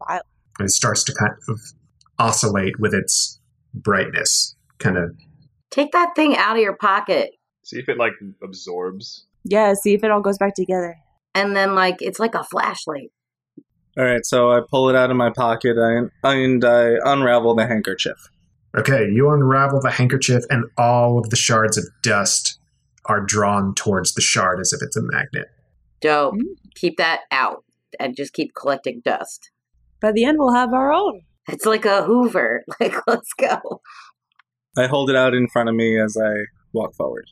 [SPEAKER 1] And it starts to kind of oscillate with its brightness, kind of
[SPEAKER 4] Take that thing out of your pocket.
[SPEAKER 2] See if it like absorbs.
[SPEAKER 5] Yeah. See if it all goes back together.
[SPEAKER 4] And then like it's like a flashlight.
[SPEAKER 3] All right, so I pull it out of my pocket and, and I unravel the handkerchief.
[SPEAKER 1] Okay, you unravel the handkerchief, and all of the shards of dust are drawn towards the shard as if it's a magnet.
[SPEAKER 4] Dope.
[SPEAKER 5] Mm.
[SPEAKER 4] Keep that out and just keep collecting dust.
[SPEAKER 5] By the end, we'll have our own.
[SPEAKER 4] It's like a Hoover. <laughs> Like let's go.
[SPEAKER 3] I hold it out in front of me as I walk forward.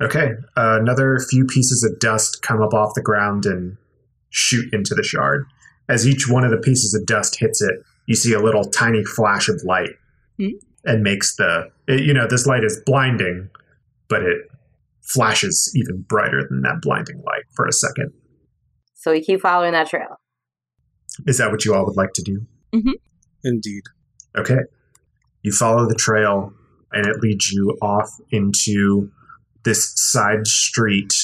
[SPEAKER 1] Okay, uh, another few pieces of dust come up off the ground and shoot into the shard. As each one of the pieces of dust hits it, you see a little tiny flash of light
[SPEAKER 5] Mm.
[SPEAKER 1] and makes the. It, you know, this light is blinding, but it flashes even brighter than that blinding light for a second.
[SPEAKER 4] So we keep following that trail.
[SPEAKER 1] Is that what you all would like to do?
[SPEAKER 3] Indeed.
[SPEAKER 1] Okay. You follow the trail, and it leads you off into this side street,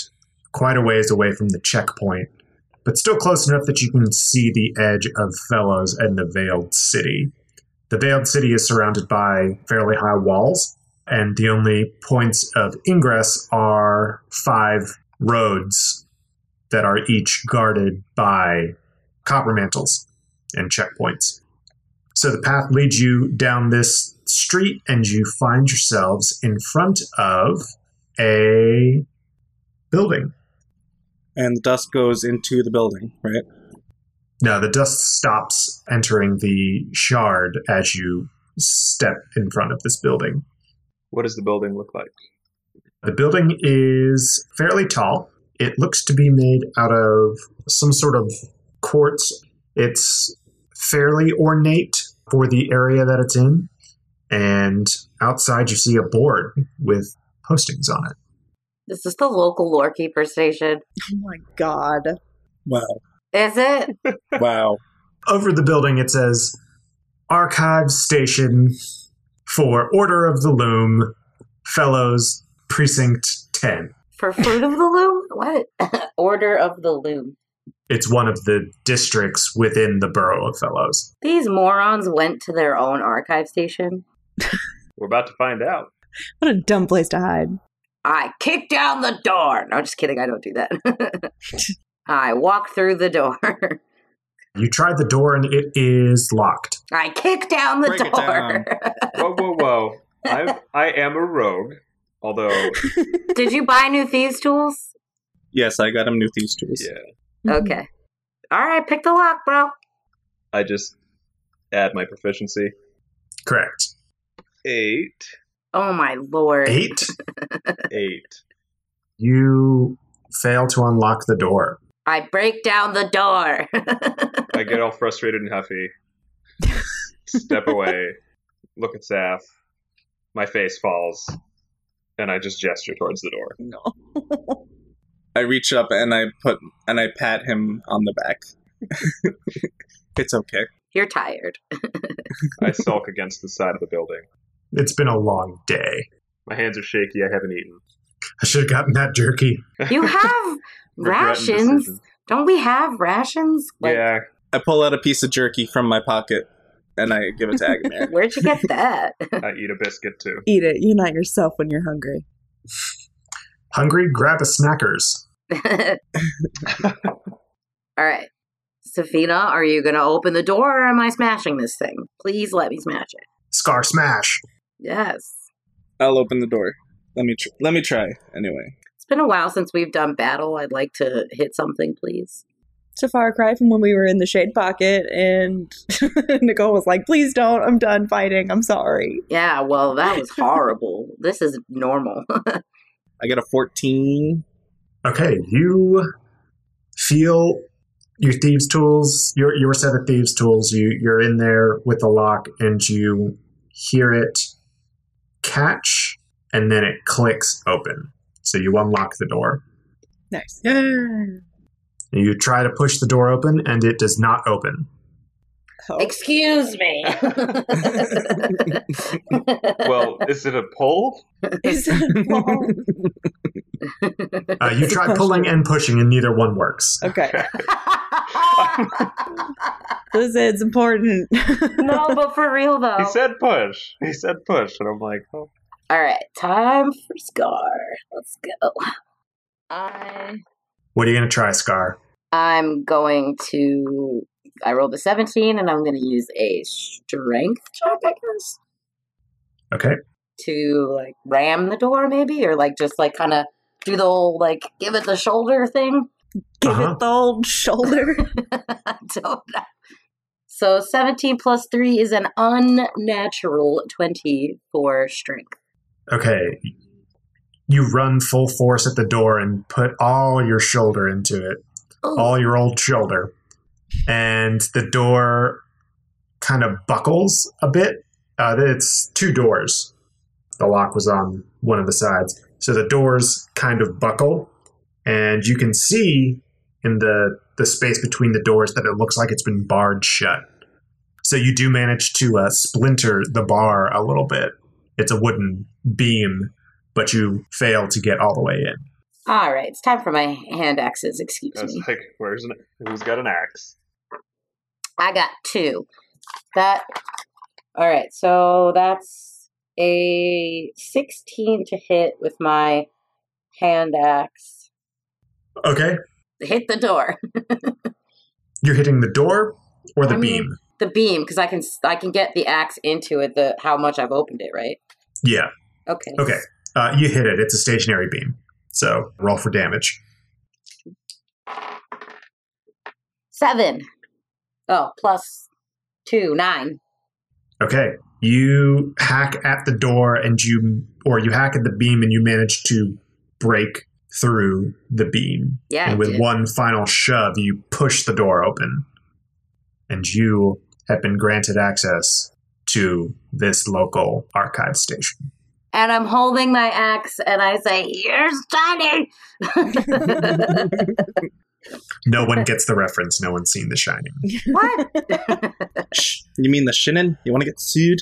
[SPEAKER 1] quite a ways away from the checkpoint, but still close enough that you can see the edge of Fellows and the Veiled City. The Veiled City is surrounded by fairly high walls, and the only points of ingress are five roads that are each guarded by copper mantles and checkpoints. So the path leads you down this street, and you find yourselves in front of a building.
[SPEAKER 3] And the dust goes into the building, right?
[SPEAKER 1] No, the dust stops entering the shard as you step in front of this building.
[SPEAKER 2] What does the building look like?
[SPEAKER 1] The building is fairly tall. It looks to be made out of some sort of quartz. It's fairly ornate for the area that it's in. And outside, you see a board with postings on it.
[SPEAKER 4] This is the local lorekeeper station.
[SPEAKER 5] Oh my god.
[SPEAKER 3] Wow.
[SPEAKER 4] Is it?
[SPEAKER 3] Wow.
[SPEAKER 1] Over the building, it says Archive Station for Order of the Loom, Fellows, Precinct 10.
[SPEAKER 4] For
[SPEAKER 3] <laughs>
[SPEAKER 4] Fruit of the Loom? What? <laughs> Order of the Loom.
[SPEAKER 1] It's one of the districts within the borough of Fellows.
[SPEAKER 4] These morons went to their own archive station.
[SPEAKER 2] We're about to find out.
[SPEAKER 5] What a dumb place to hide.
[SPEAKER 4] I kicked down the door. No, just kidding. I don't do that. <laughs> I walk through the door. <laughs>
[SPEAKER 1] You try the door, and it is locked.
[SPEAKER 4] I kick down the
[SPEAKER 3] Break it
[SPEAKER 4] door.
[SPEAKER 2] Whoa, whoa, whoa! I I am a rogue, although
[SPEAKER 4] <laughs> Did you buy new thieves' tools?
[SPEAKER 3] Yes, I got him new thieves tools.
[SPEAKER 2] yeah,
[SPEAKER 3] Mm-hmm.
[SPEAKER 4] Okay. All right, pick the lock, bro.
[SPEAKER 2] I just add my proficiency
[SPEAKER 1] Correct.
[SPEAKER 2] eight,
[SPEAKER 4] Oh my lord.
[SPEAKER 1] Eight.
[SPEAKER 2] eight.
[SPEAKER 1] You fail to unlock the door.
[SPEAKER 4] I break down the door. <laughs>
[SPEAKER 2] I get all frustrated and huffy. Step away. Look at Saf. My face falls, and I just gesture towards the door.
[SPEAKER 5] No.
[SPEAKER 3] I reach up and I put and I pat him on the back. it's okay.
[SPEAKER 4] You're
[SPEAKER 2] <laughs>
[SPEAKER 4] tired.
[SPEAKER 2] I sulk against the side of the building.
[SPEAKER 1] It's been a long day.
[SPEAKER 2] My hands are shaky. I haven't eaten.
[SPEAKER 1] I should have gotten that jerky.
[SPEAKER 4] You have
[SPEAKER 2] Regretting
[SPEAKER 4] rations.
[SPEAKER 2] decision.
[SPEAKER 4] Don't we have rations? Like,
[SPEAKER 2] Yeah, <laughs>
[SPEAKER 3] I pull out a piece of jerky from my pocket and I give it to
[SPEAKER 4] <laughs>
[SPEAKER 3] Agamir.
[SPEAKER 4] Where'd you get that?
[SPEAKER 2] <laughs>
[SPEAKER 4] <laughs>
[SPEAKER 2] I eat a biscuit too.
[SPEAKER 5] Eat it. You're not yourself when you're hungry.
[SPEAKER 1] Hungry? Grab a Snackers.
[SPEAKER 4] All right. Safina, are you going to open the door or am I smashing this thing? Please let me smash it.
[SPEAKER 1] Scar Smash.
[SPEAKER 4] Yes.
[SPEAKER 3] I'll open the door. Let me tr- let me try anyway.
[SPEAKER 4] It's been a while since we've done battle. I'd like to hit something, please.
[SPEAKER 5] It's a far cry from when we were in the shade pocket, and <laughs> Nicole was like, please don't. I'm done fighting. I'm sorry.
[SPEAKER 4] Yeah, well, that was horrible.
[SPEAKER 2] <laughs>
[SPEAKER 4] this is normal.
[SPEAKER 2] Oh.
[SPEAKER 3] I got a 14.
[SPEAKER 1] Okay, you feel your thieves' tools, your your set of thieves' tools. You you're in there with the lock, and you hear it catch, and then it clicks open. So you unlock the door.
[SPEAKER 5] Nice.
[SPEAKER 1] You try to push the door open, and it does not open.
[SPEAKER 5] Oh.
[SPEAKER 4] Excuse me.
[SPEAKER 2] <laughs>
[SPEAKER 4] <laughs>
[SPEAKER 2] Well, is it a pull?
[SPEAKER 5] Is it a wall?
[SPEAKER 1] Uh, you try pulling and pushing, and neither one works.
[SPEAKER 5] okay.
[SPEAKER 4] <laughs>
[SPEAKER 2] <laughs>
[SPEAKER 5] This is important.
[SPEAKER 4] no, but for real though.
[SPEAKER 2] He said push. He said push, and I'm like, oh.
[SPEAKER 4] All right, time for Scar. Let's go. I
[SPEAKER 1] What are you going to try, Scar?
[SPEAKER 4] I'm going to. I rolled a 17, and I'm going to use a strength check, I guess,
[SPEAKER 1] Okay.
[SPEAKER 4] to like ram the door, maybe, or like just like kind of do the whole like give it the shoulder thing.
[SPEAKER 5] <laughs>
[SPEAKER 4] <laughs>
[SPEAKER 5] Give
[SPEAKER 1] Uh-huh.
[SPEAKER 5] it the old shoulder.
[SPEAKER 4] I don't know. So 17 plus 3 is an unnatural 20 for strength.
[SPEAKER 1] Okay. You run full force at the door and put all your shoulder into it,
[SPEAKER 2] Oh.
[SPEAKER 1] all your old shoulder. And the door kind of buckles a bit. Uh, it's two doors. The lock was on one of the sides. So the doors kind of buckle. And you can see in the, the space between the doors that it looks like it's been barred shut. So you do manage to uh, splinter the bar a little bit. It's a wooden beam, but you fail to get all the way in.
[SPEAKER 4] All right, it's time for my hand axes. Excuse
[SPEAKER 2] I was
[SPEAKER 4] me.
[SPEAKER 2] like, where's an? Who's got an axe?
[SPEAKER 4] I got two. That. All right, so that's a 16 to hit with my hand axe.
[SPEAKER 1] Okay,
[SPEAKER 4] Hit the door.
[SPEAKER 1] you're hitting the door or the
[SPEAKER 4] I mean-
[SPEAKER 1] beam.
[SPEAKER 4] <laughs> the beam because I can I can get the axe into it. The how much I've opened it, right?
[SPEAKER 1] Yeah.
[SPEAKER 4] Okay.
[SPEAKER 1] Okay. Uh, you hit it. It's a stationary beam. So roll for damage.
[SPEAKER 4] Seven. Oh, plus two, nine.
[SPEAKER 1] Okay. You hack at the door and you, or you hack at the beam and you manage to break through the beam.
[SPEAKER 4] Yeah. I
[SPEAKER 1] and with
[SPEAKER 4] did.
[SPEAKER 1] one final shove, you push the door open. And you have been granted access to this local archive station.
[SPEAKER 4] and I'm holding my axe and I say, Here's
[SPEAKER 1] <laughs>
[SPEAKER 4] Johnny.
[SPEAKER 1] No one gets the reference. No one's seen The Shining.
[SPEAKER 4] <laughs> what? <laughs>
[SPEAKER 3] Shh. You mean the shinin? You want to get sued?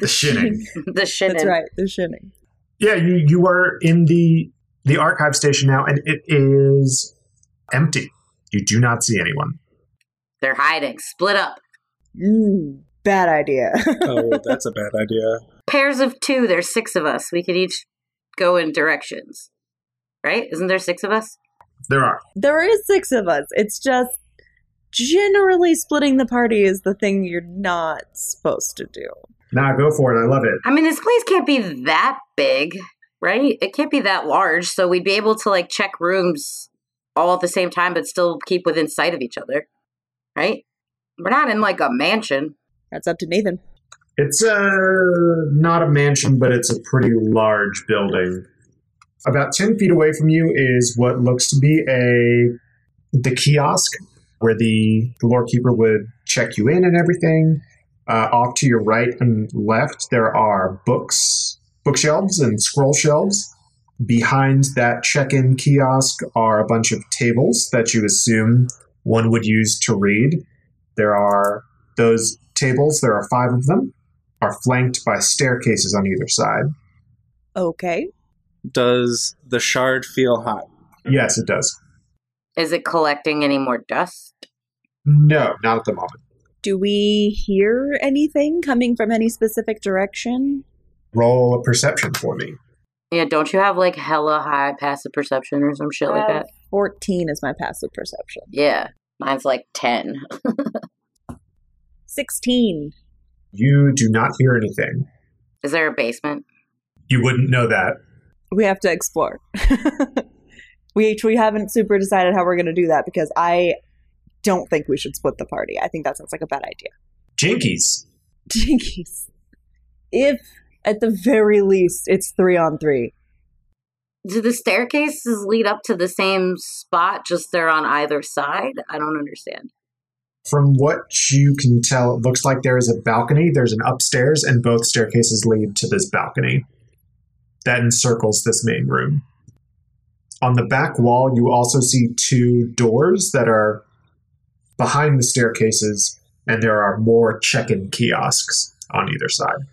[SPEAKER 1] The Shining.
[SPEAKER 4] the shit.
[SPEAKER 5] That's right. They're shitting.
[SPEAKER 1] yeah, you, you are in the the archive station now, and it is empty. You do not see anyone.
[SPEAKER 4] They're hiding. Split up.
[SPEAKER 5] Mm, bad idea. <laughs>
[SPEAKER 3] Oh, well, that's a bad idea.
[SPEAKER 4] Pairs of two. There's six of us. We could each go in directions. Right? Isn't there six of us?
[SPEAKER 1] There are.
[SPEAKER 5] there is six of us. It's just generally splitting the party is the thing you're not supposed to do.
[SPEAKER 1] Nah, go for it. I love it.
[SPEAKER 4] I mean, this place can't be that big, right? It can't be that large. So we'd be able to like check rooms all at the same time, but still keep within sight of each other, right? We're not in like a mansion.
[SPEAKER 5] That's up to Nathan.
[SPEAKER 1] It's uh, not a mansion, but it's a pretty large building. About 10 feet away from you is what looks to be a the kiosk where the, the lorekeeper would check you in and everything. Uh, off to your right and left, there are books, bookshelves, and scroll shelves. Behind that check in kiosk are a bunch of tables that you assume one would use to read. There are those tables, there are five of them, are flanked by staircases on either side.
[SPEAKER 5] Okay.
[SPEAKER 3] Does the shard feel hot?
[SPEAKER 1] Yes, it does.
[SPEAKER 4] Is it collecting any more dust?
[SPEAKER 1] No, not at the moment.
[SPEAKER 5] Do we hear anything coming from any specific direction?
[SPEAKER 1] Roll a perception for me.
[SPEAKER 4] Yeah, don't you have like hella high passive perception or some shit like
[SPEAKER 5] Uh,
[SPEAKER 4] that?
[SPEAKER 5] 14 is my passive perception.
[SPEAKER 4] Yeah. Mine's like 10.
[SPEAKER 5] 16.
[SPEAKER 1] You do not hear anything.
[SPEAKER 4] Is there a basement?
[SPEAKER 1] You wouldn't know that.
[SPEAKER 5] We have to explore. <laughs> we we haven't super decided how we're going to do that because I don't think we should split the party. I think that sounds like a bad idea. <laughs>
[SPEAKER 1] Jinkies.
[SPEAKER 5] Jinkies. If at the very least it's 3 on 3.
[SPEAKER 4] Do the staircases lead up to the same spot, just they're on either side? I don't understand.
[SPEAKER 1] From what you can tell, it looks like there is a balcony. There's an upstairs, and both staircases lead to this balcony that encircles this main room. On the back wall, you also see two doors that are behind the staircases, and there are more check in kiosks on either side.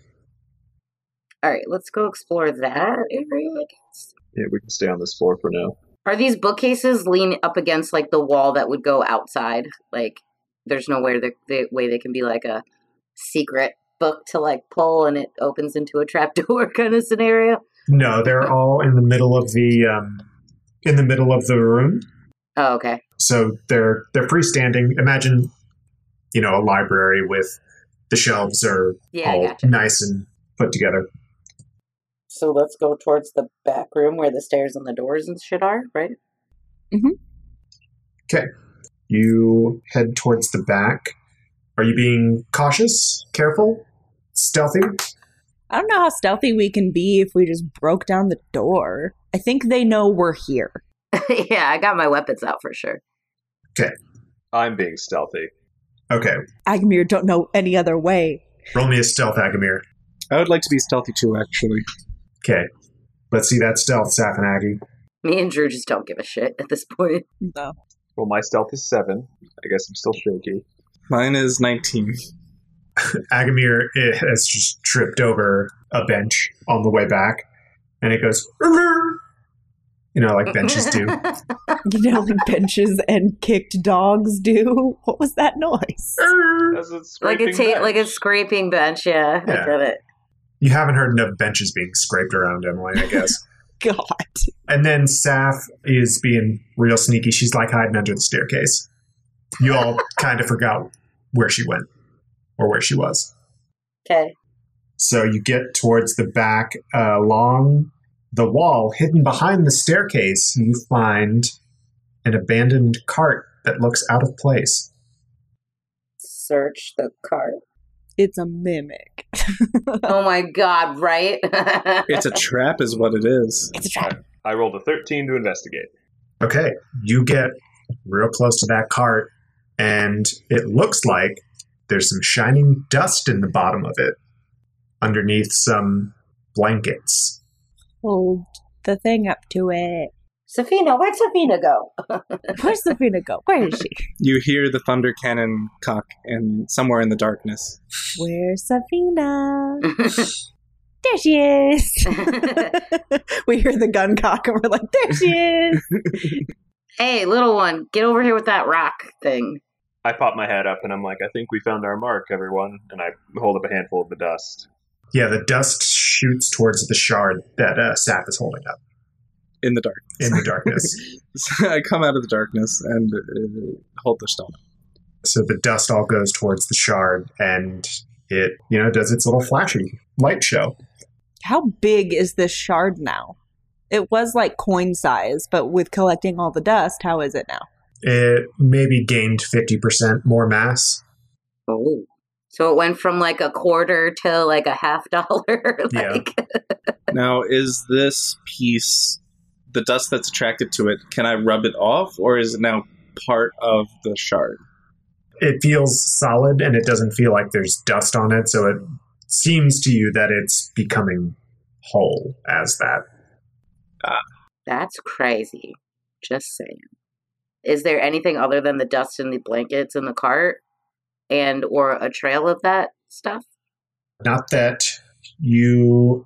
[SPEAKER 4] All right, let's go explore that area, I guess.
[SPEAKER 2] Yeah, we can stay on this floor for now.
[SPEAKER 4] Are these bookcases lean up against like the wall that would go outside? Like, there's no way they, they, way they can be like a secret book to like pull and it opens into a <laughs> trapdoor kind of scenario.
[SPEAKER 1] No, they're all in the middle of the um, in the middle of the room.
[SPEAKER 4] Oh, okay.
[SPEAKER 1] So they're they're freestanding. Imagine, you know, a library with the shelves are
[SPEAKER 4] Yeah, I
[SPEAKER 1] all
[SPEAKER 4] gotcha.
[SPEAKER 1] nice and put together.
[SPEAKER 4] So let's go towards the back room where the stairs and the doors and shit are, right?
[SPEAKER 1] You head towards the back. Are you being cautious, careful, stealthy?
[SPEAKER 5] I don't know how stealthy we can be if we just broke down the door. I think they know we're here.
[SPEAKER 4] <laughs> yeah, I got my weapons out for sure.
[SPEAKER 2] I'm being stealthy.
[SPEAKER 1] Okay,
[SPEAKER 5] Agmir don't know any other way.
[SPEAKER 1] roll me a stealth, Agamir.
[SPEAKER 3] I would like to be stealthy too, actually.
[SPEAKER 1] Okay, let's see that stealth, Safanagi.
[SPEAKER 4] Me and Drew just don't give a shit at this point.
[SPEAKER 5] No.
[SPEAKER 2] Well, my stealth is seven. I guess I'm still shaky.
[SPEAKER 3] Mine is 19.
[SPEAKER 1] Agamir eh, has just tripped over a bench on the way back, and it goes, "Rrrr." you know, like benches
[SPEAKER 4] <laughs>
[SPEAKER 1] do.
[SPEAKER 5] You know, <laughs> like benches and kicked dogs do. What was that noise?
[SPEAKER 1] Rrrr.
[SPEAKER 2] As it's
[SPEAKER 4] like a
[SPEAKER 2] scraping
[SPEAKER 4] ta- like a
[SPEAKER 2] bench.
[SPEAKER 4] scraping bench. Yeah,
[SPEAKER 1] Yeah.
[SPEAKER 4] I get it.
[SPEAKER 1] You haven't heard enough benches being scraped around, Emily, I guess.
[SPEAKER 5] God.
[SPEAKER 1] And then Saf is being real sneaky. She's like hiding under the staircase. You all kind of forgot where she went. or where she was.
[SPEAKER 4] Okay.
[SPEAKER 1] So you get towards the back uh, along the wall, hidden behind the staircase, you find an abandoned cart that looks out of place.
[SPEAKER 4] Search the cart.
[SPEAKER 5] It's a mimic.
[SPEAKER 4] <laughs> Oh my god, right? <laughs>
[SPEAKER 3] It's a trap, is what it is.
[SPEAKER 5] It's a trap.
[SPEAKER 2] I rolled a 13 to investigate.
[SPEAKER 1] Okay, you get real close to that cart, and it looks like there's some shining dust in the bottom of it underneath some blankets.
[SPEAKER 5] Hold the thing up to it.
[SPEAKER 4] Safina, where'd Safina go?
[SPEAKER 5] Where's Sabrina go? Where is she?
[SPEAKER 3] You hear the thunder cannon cock and somewhere in the darkness.
[SPEAKER 5] Where's Safina? There she is. <laughs> we hear the gun cock and we're like, there she is.
[SPEAKER 4] <laughs> hey, little one, get over here with that rock thing.
[SPEAKER 2] I pop my head up and I'm like, I think we found our mark, everyone. And I hold up a handful of the dust.
[SPEAKER 1] Yeah, the dust shoots towards the shard that uh, Sap is holding up
[SPEAKER 3] In the dark. <laughs>
[SPEAKER 1] in the darkness.
[SPEAKER 3] So I come out of the darkness and uh, hold the stone.
[SPEAKER 1] so the dust all goes towards the shard, and it, you know, does its little flashy light show.
[SPEAKER 5] <laughs> How big is this shard now? It was like coin size, but with collecting all the dust, how is it now?
[SPEAKER 1] It maybe gained 50% more mass.
[SPEAKER 4] Oh. So it went from like a quarter to like a half dollar. <laughs>
[SPEAKER 1] Yeah.
[SPEAKER 4] like,
[SPEAKER 3] Now, is this piece, the dust that's attracted to it, can I rub it off or is it now part of the shard?
[SPEAKER 1] It feels solid and it doesn't feel like there's dust on it, so it seems to you that it's becoming whole as that.
[SPEAKER 4] That's crazy. Just saying. Is there anything other than the dust and the blankets in the cart and or a trail of that stuff?
[SPEAKER 1] Not that you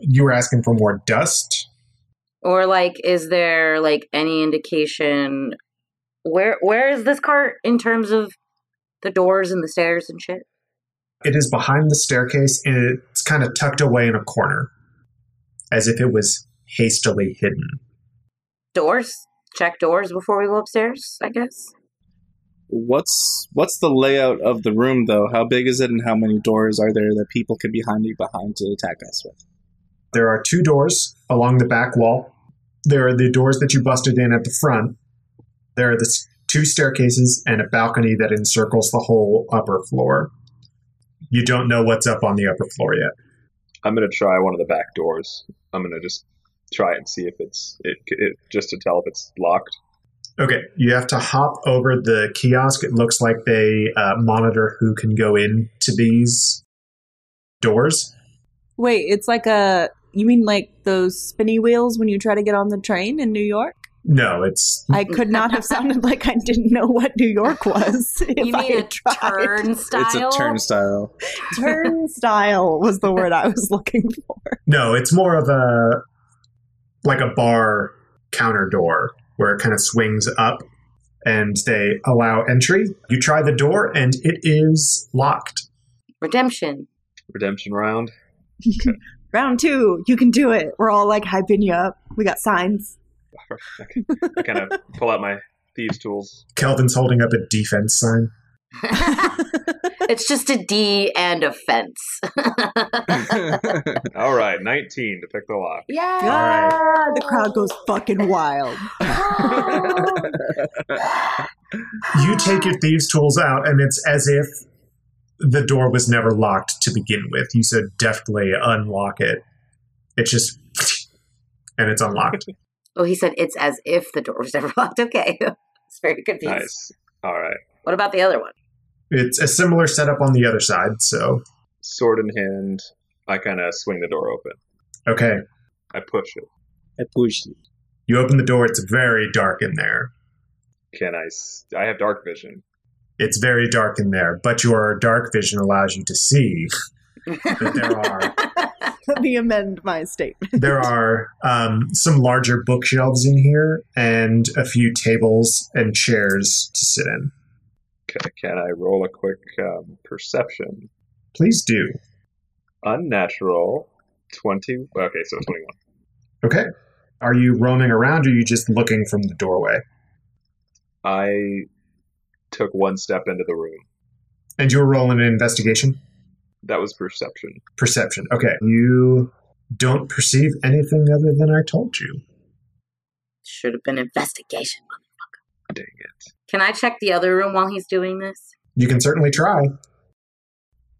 [SPEAKER 1] you were asking for more dust.
[SPEAKER 4] Or like is there like any indication where where is this cart in terms of the doors and the stairs and shit?
[SPEAKER 1] It is behind the staircase and it's kind of tucked away in a corner as if it was hastily hidden.
[SPEAKER 4] Doors? Check doors before we go upstairs, I guess.
[SPEAKER 3] What's what's the layout of the room though? How big is it and how many doors are there that people can be hiding behind to attack us with?
[SPEAKER 1] There are two doors along the back wall. There are the doors that you busted in at the front. There are the s- two staircases and a balcony that encircles the whole upper floor. You don't know what's up on the upper floor yet.
[SPEAKER 2] I'm going to try one of the back doors. I'm going to just try and see if it's, it, it just to tell if it's locked.
[SPEAKER 1] Okay, you have to hop over the kiosk. It looks like they uh, monitor who can go in to these doors.
[SPEAKER 5] Wait, it's like a. You mean like those spinny wheels when you try to get on the train in New York?
[SPEAKER 1] No, it's
[SPEAKER 5] I could not have sounded like I didn't know what New York was. <laughs> If
[SPEAKER 4] you mean
[SPEAKER 5] I
[SPEAKER 4] a
[SPEAKER 5] had tried.
[SPEAKER 4] turnstile?
[SPEAKER 3] It's a turnstile.
[SPEAKER 5] <laughs>
[SPEAKER 3] <laughs>
[SPEAKER 5] Turnstile was the word I was looking for.
[SPEAKER 1] no, it's more of a like a bar counter door where it kind of swings up and they allow entry. You try the door and it is locked.
[SPEAKER 4] Redemption.
[SPEAKER 2] Redemption round.
[SPEAKER 5] Round two, you can do it. We're all like hyping you up. We got signs.
[SPEAKER 2] I kind
[SPEAKER 4] <laughs>
[SPEAKER 2] of pull out my thieves' tools.
[SPEAKER 1] Kelvin's holding up a defense sign.
[SPEAKER 4] it's just a D and a fence.
[SPEAKER 5] <laughs>
[SPEAKER 2] All right, 19 to pick the lock.
[SPEAKER 4] yeah.
[SPEAKER 1] right.
[SPEAKER 5] The crowd goes fucking wild. <laughs>
[SPEAKER 1] You take your thieves' tools out and it's as if the door was never locked to begin with. You so deftly unlock it. It's just and it's unlocked.
[SPEAKER 4] <laughs> Oh, he said it's as if the door was never <laughs> locked. Okay. It's very confused.
[SPEAKER 2] Nice. All right.
[SPEAKER 4] What about the other one?
[SPEAKER 1] It's a similar setup on the other side, so
[SPEAKER 2] Sword in hand, I kind of swing the door open.
[SPEAKER 1] okay.
[SPEAKER 2] I push it.
[SPEAKER 3] I pushed it.
[SPEAKER 1] You open the door, it's very dark in there.
[SPEAKER 2] Can I? s- I have dark vision.
[SPEAKER 1] It's very dark in there, but your dark vision allows you to see that
[SPEAKER 4] <laughs>
[SPEAKER 1] there are
[SPEAKER 5] Let me amend my statement.
[SPEAKER 1] there are um, some larger bookshelves in here and a few tables and chairs to sit in.
[SPEAKER 2] Ca- Can I roll a quick um, perception?
[SPEAKER 1] Please do.
[SPEAKER 2] Unnatural. 20. Okay, so 21.
[SPEAKER 1] Okay. Are you roaming around or are you just looking from the doorway?
[SPEAKER 2] I took one step into the room.
[SPEAKER 1] And you were rolling an investigation?
[SPEAKER 2] That was perception.
[SPEAKER 1] Perception. Okay. You don't perceive anything other than I told you.
[SPEAKER 4] Should have been investigation.
[SPEAKER 2] Dang it.
[SPEAKER 4] Can I check the other room while he's doing this?
[SPEAKER 1] You can certainly try.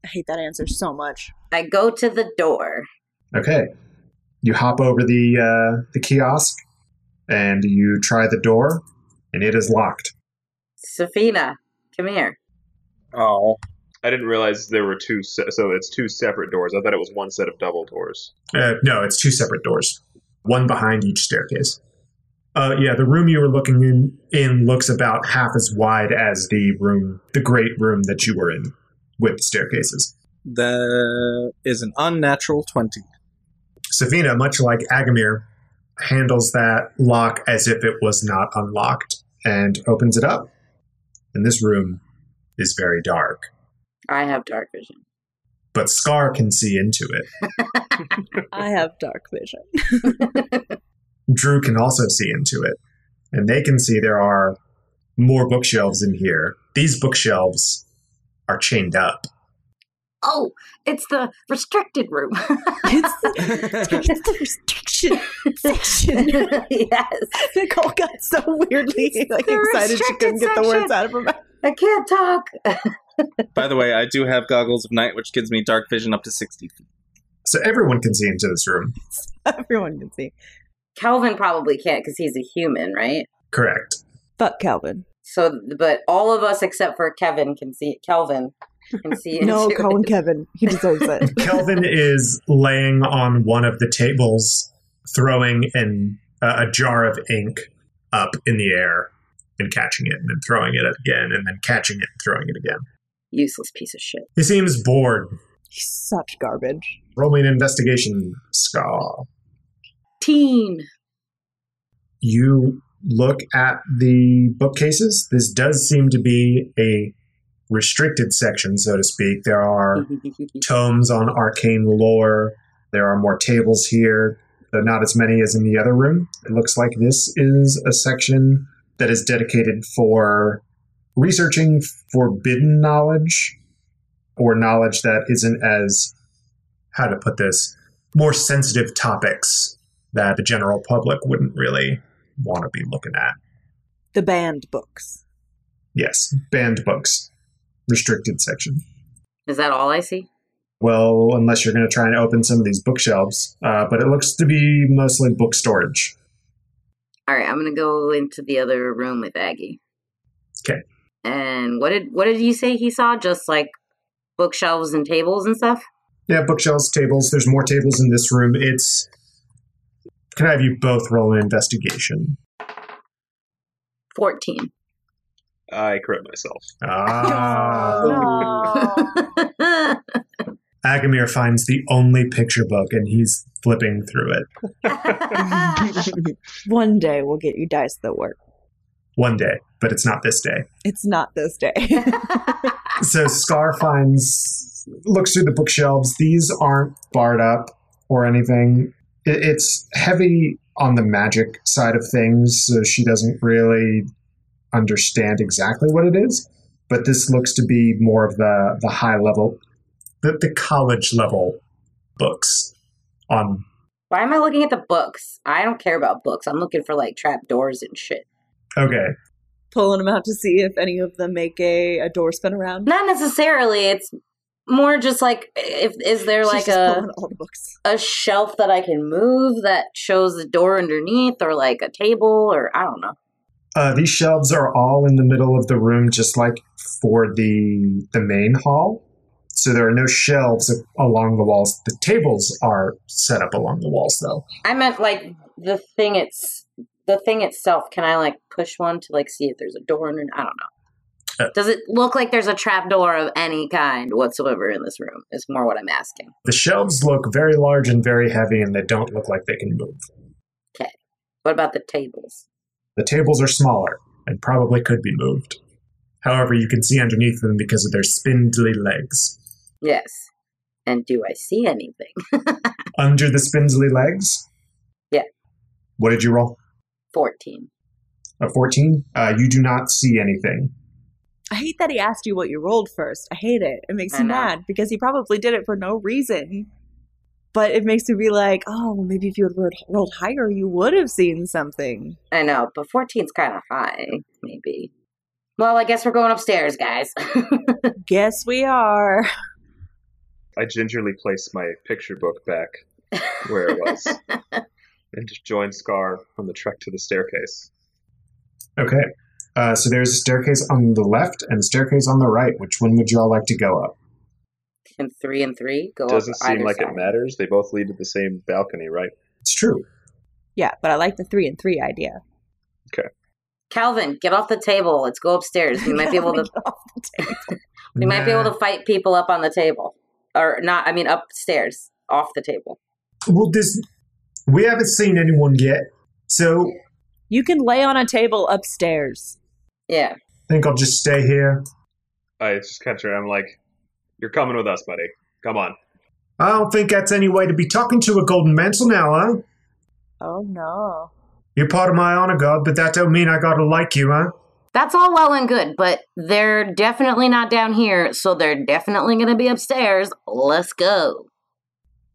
[SPEAKER 5] I hate that answer so much.
[SPEAKER 4] I go to the door.
[SPEAKER 1] Okay. You hop over the uh, the kiosk and you try the door, and it is locked.
[SPEAKER 4] Safina, come here.
[SPEAKER 2] Oh. I didn't realize there were two, se- so it's two separate doors. I thought it was one set of double doors.
[SPEAKER 1] Uh, no, it's two separate doors, one behind each staircase. Uh, yeah, the room you were looking in, in looks about half as wide as the room, the great room that you were in with the staircases.
[SPEAKER 3] That is an unnatural 20.
[SPEAKER 1] Savina, much like Agamir, handles that lock as if it was not unlocked and opens it up. And this room is very dark,
[SPEAKER 4] I have dark vision.
[SPEAKER 1] but Scar can see into it.
[SPEAKER 5] I have dark vision.
[SPEAKER 1] Drew can also see into it. And they can see there are more bookshelves in here. These bookshelves are chained up.
[SPEAKER 4] Oh, it's the restricted room.
[SPEAKER 5] <laughs> It's the, <laughs> it's the restriction section.
[SPEAKER 4] <laughs>
[SPEAKER 5] <laughs>
[SPEAKER 4] yes.
[SPEAKER 5] Nicole got so weirdly like
[SPEAKER 4] The
[SPEAKER 5] excited she couldn't get the
[SPEAKER 4] restricted
[SPEAKER 5] words
[SPEAKER 4] section.
[SPEAKER 5] out of her mouth.
[SPEAKER 4] I can't talk.
[SPEAKER 3] <laughs> By the way, I do have goggles of night, which gives me dark vision up to 60 feet.
[SPEAKER 1] So everyone can see into this room.
[SPEAKER 5] <laughs> Everyone can see.
[SPEAKER 4] Calvin probably can't because he's a human, right?
[SPEAKER 1] Correct.
[SPEAKER 5] Fuck Calvin.
[SPEAKER 4] So, but all of us except for Kevin can see Calvin can see.
[SPEAKER 5] <laughs> No,
[SPEAKER 4] into
[SPEAKER 5] Colin
[SPEAKER 4] it.
[SPEAKER 5] Kevin. He deserves
[SPEAKER 1] <laughs>
[SPEAKER 5] it.
[SPEAKER 1] Kelvin is laying on one of the tables, throwing an, uh, a jar of ink up in the air and catching it and then throwing it again and then catching it and throwing it again.
[SPEAKER 4] Useless piece of shit.
[SPEAKER 1] He seems bored.
[SPEAKER 5] He's such garbage.
[SPEAKER 1] Roll me an investigation, Scar.
[SPEAKER 4] Teen.
[SPEAKER 1] you look at the bookcases, this does seem to be a restricted section, so to speak. There are tomes on arcane lore, there are more tables here, though not as many as in the other room. It looks like this is a section that is dedicated for researching forbidden knowledge or knowledge that isn't as, how to put this, more sensitive topics that the general public wouldn't really want to be looking at.
[SPEAKER 5] The banned books.
[SPEAKER 1] Yes, banned books, restricted section.
[SPEAKER 4] <laughs> Is that all I see?
[SPEAKER 1] Well, unless you're going to try and open some of these bookshelves, uh, but it looks to be mostly book storage.
[SPEAKER 4] All right, I'm gonna go into the other room with Aggie.
[SPEAKER 1] 'Kay.
[SPEAKER 4] And what did what did you say he saw? Just like bookshelves and tables and stuff.
[SPEAKER 1] Yeah, bookshelves, tables. There's more tables in this room. It's. Can I have you both roll an investigation?
[SPEAKER 4] Fourteen.
[SPEAKER 2] I correct myself.
[SPEAKER 1] Ah.
[SPEAKER 5] No.
[SPEAKER 1] Agamir finds the only picture book and he's flipping through it.
[SPEAKER 5] <laughs> One day we'll get you dice that work.
[SPEAKER 1] One day, but it's not this day.
[SPEAKER 5] It's not this day. <laughs>
[SPEAKER 1] so Scar finds looks through the bookshelves. These aren't barred up or anything. It, it's heavy on the magic side of things, so she doesn't really understand exactly what it is. But this looks to be more of the the high level, the, the college level books on
[SPEAKER 4] <laughs> Why am I looking at the books? I don't care about books. I'm looking for like trap doors and shit.
[SPEAKER 1] okay
[SPEAKER 5] Pulling them out to see if any of them make a, a door spin around.
[SPEAKER 4] Not necessarily. It's more just like if is there
[SPEAKER 5] She's
[SPEAKER 4] like
[SPEAKER 5] just
[SPEAKER 4] a
[SPEAKER 5] pulling all the books.
[SPEAKER 4] a shelf that I can move that shows the door underneath or like a table or I don't know.
[SPEAKER 1] Uh, these shelves are all in the middle of the room, just like for the the main hall. So there are no shelves a- along the walls. The tables are set up along the walls, though.
[SPEAKER 4] I meant like the thing it's the thing itself. Can I like push one to like see if there's a door under? I don't know.
[SPEAKER 1] Uh.
[SPEAKER 4] Does it look like there's a trap door of any kind whatsoever in this room? Is more what I'm asking.
[SPEAKER 1] The shelves look very large and very heavy, and they don't look like they can move.
[SPEAKER 4] What about the tables?
[SPEAKER 1] The tables are smaller and probably could be moved. However, you can see underneath them because of their spindly legs.
[SPEAKER 4] Yes. And do I see anything?
[SPEAKER 1] Under the spindly legs?
[SPEAKER 4] Yeah.
[SPEAKER 1] What did you roll?
[SPEAKER 4] 14.
[SPEAKER 1] A 14? Uh, you do not see anything.
[SPEAKER 5] I hate that he asked you what you rolled first. I hate it. It makes
[SPEAKER 4] I
[SPEAKER 5] me
[SPEAKER 4] know.
[SPEAKER 5] mad because he probably did it for no reason. But it makes me be like, oh, well, maybe if you had rolled, rolled higher, you would have seen something.
[SPEAKER 4] I know, but 14's kind of high, maybe. Well, I guess we're going upstairs, guys. <laughs>
[SPEAKER 5] Guess we are.
[SPEAKER 2] I gingerly placed my picture book back where it <laughs> was and just joined Scar on the trek to the staircase.
[SPEAKER 1] Okay. Uh, so there's a staircase on the left and a staircase on the right. Which one would y'all like to go up?
[SPEAKER 4] and three and three go
[SPEAKER 2] Doesn't
[SPEAKER 4] up either
[SPEAKER 2] seem like
[SPEAKER 4] side.
[SPEAKER 2] it matters. They both lead to the same balcony, right?
[SPEAKER 1] It's true.
[SPEAKER 5] Yeah, but I like the three and three idea.
[SPEAKER 4] Calvin, get off the table. Let's go upstairs. We might be
[SPEAKER 5] <laughs> Oh
[SPEAKER 4] able to. We might be able to fight people up on the table, or not. I mean, upstairs, off the table.
[SPEAKER 1] Well, this we haven't seen anyone yet, so I
[SPEAKER 5] You can lay on a table upstairs.
[SPEAKER 4] Yeah.
[SPEAKER 1] think I'll just stay here.
[SPEAKER 2] I just catch her. I'm like, "You're coming with us, buddy. Come on."
[SPEAKER 1] I don't think that's any way to be talking to a golden mantle now, huh?
[SPEAKER 5] Oh no.
[SPEAKER 1] You're part of my honor guard, but that don't mean I gotta like you, huh?
[SPEAKER 4] That's all well and good, but they're definitely not down here, so they're definitely going to be upstairs. Let's go.